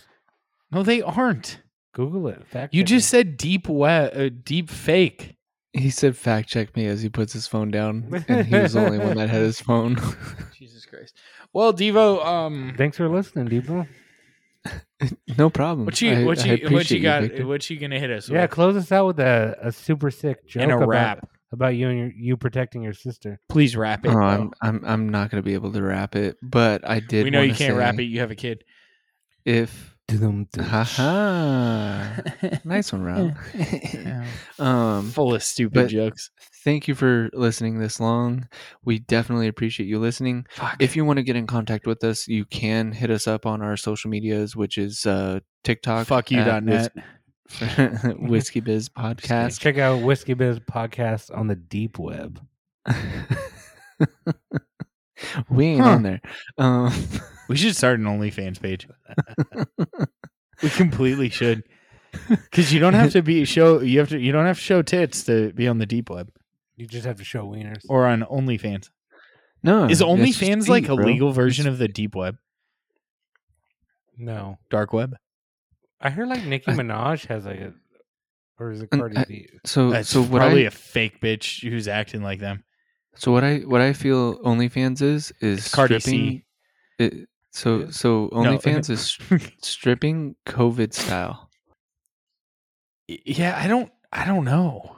B: No, they aren't.
C: Google it. Fact
B: You
C: check me.
B: just said deep web, uh, deep fake.
A: He said, "Fact check me" as he puts his phone down, and he was the only one that had his phone.
B: Jesus Christ. Well, Devo, um,
C: Thanks for listening, people.
A: no problem.
B: what
A: Mm, I-
B: you what
A: I
B: you what
A: appreciate
B: you got?
A: Victor.
B: what you gonna hit us
C: yeah,
B: with?
C: close us out with a, a super sick joke
B: and a
C: about,
B: rap.
C: about you and your, you protecting your sister.
B: Please rap it.
A: Oh,
B: bro.
A: I'm, I'm I'm not gonna be able to wrap it, but I did.
B: we know you
A: wanna
B: can't
A: say
B: rap it. You have a kid.
A: If haha, nice one, Rob. um,
B: Full of stupid
A: But-
B: jokes.
A: thank you for listening this long. We definitely appreciate you listening.
B: Fuck.
A: If you want to get in contact with us, you can hit us up on our social medias, which is uh, TikTok.
B: fuck you
A: at
B: dot net.
A: Whis- Whiskey Biz Podcast.
C: Check out Whiskey Biz podcast on the deep web.
A: we ain't
B: Huh.
A: on there. Um,
B: We should start an OnlyFans page. we completely should, because you don't have to be show. You have to. You don't have to show tits to be on the deep web
C: You just have to show wieners.
B: or on OnlyFans.
A: no, it's
B: Is
A: just
B: OnlyFans like
A: deep,
B: a
A: bro.
B: legal version of the deep web,
C: no,
B: dark web?
C: I heard like Nicki
A: I-
C: Minaj has like a, or is it
A: And
C: Cardi
A: I-
C: B?
A: So
B: That's
A: so what
B: probably
A: I
B: a fake bitch who's acting like them.
A: so what I what I feel OnlyFans is is
B: It's Cardi
A: stripping.
B: C.
A: It, so so
B: No.
A: OnlyFans is stripping COVID style.
B: yeah, I don't. I don't know.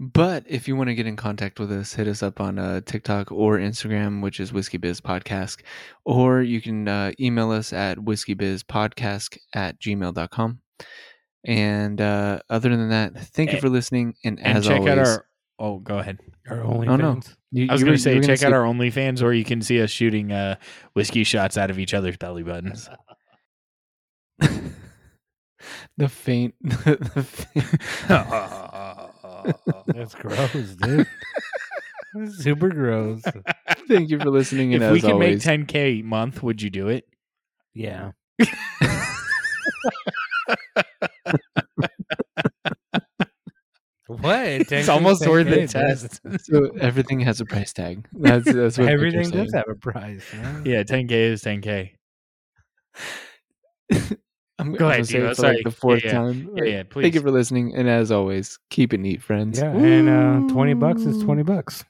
A: But if you want to get in contact with us, hit us up on uh, TikTok or Instagram, which is Whiskey Biz Podcast, or you can uh, email us at whiskeybizpodcast at gmail.com. And uh, other than that, thank you
B: A-
A: for listening. And,
B: And
A: as
B: check
A: always,
B: out our. Oh, go ahead.
C: Or OnlyFans?
A: no. you-
B: I was
A: you
B: going
A: were-
B: to say
A: you were
B: check out
A: say-
B: our OnlyFans, or you can see us shooting uh, whiskey shots out of each other's belly buttons.
A: the faint. the faint
C: That's gross, dude. That's super gross.
A: thank you for listening. And
B: if
A: as
B: we can
A: always,
B: make 10k a month, would you do it?
C: Yeah. what?
B: It's almost worth the
C: it.
B: test.
A: so everything has a price tag. That's that's what Victor's
C: Everything
A: saying.
C: does have a price. man.
B: yeah, 10k is 10k.
A: I'm
B: Go
A: gonna
B: ahead,
A: say it
B: Devo.
A: for like
B: Sorry.
A: the fourth
B: Yeah, yeah.
A: time.
B: Yeah, yeah, please.
A: Thank you for listening, and as always, keep it neat, friends.
C: Yeah, and uh, twenty uh, bucks is twenty bucks.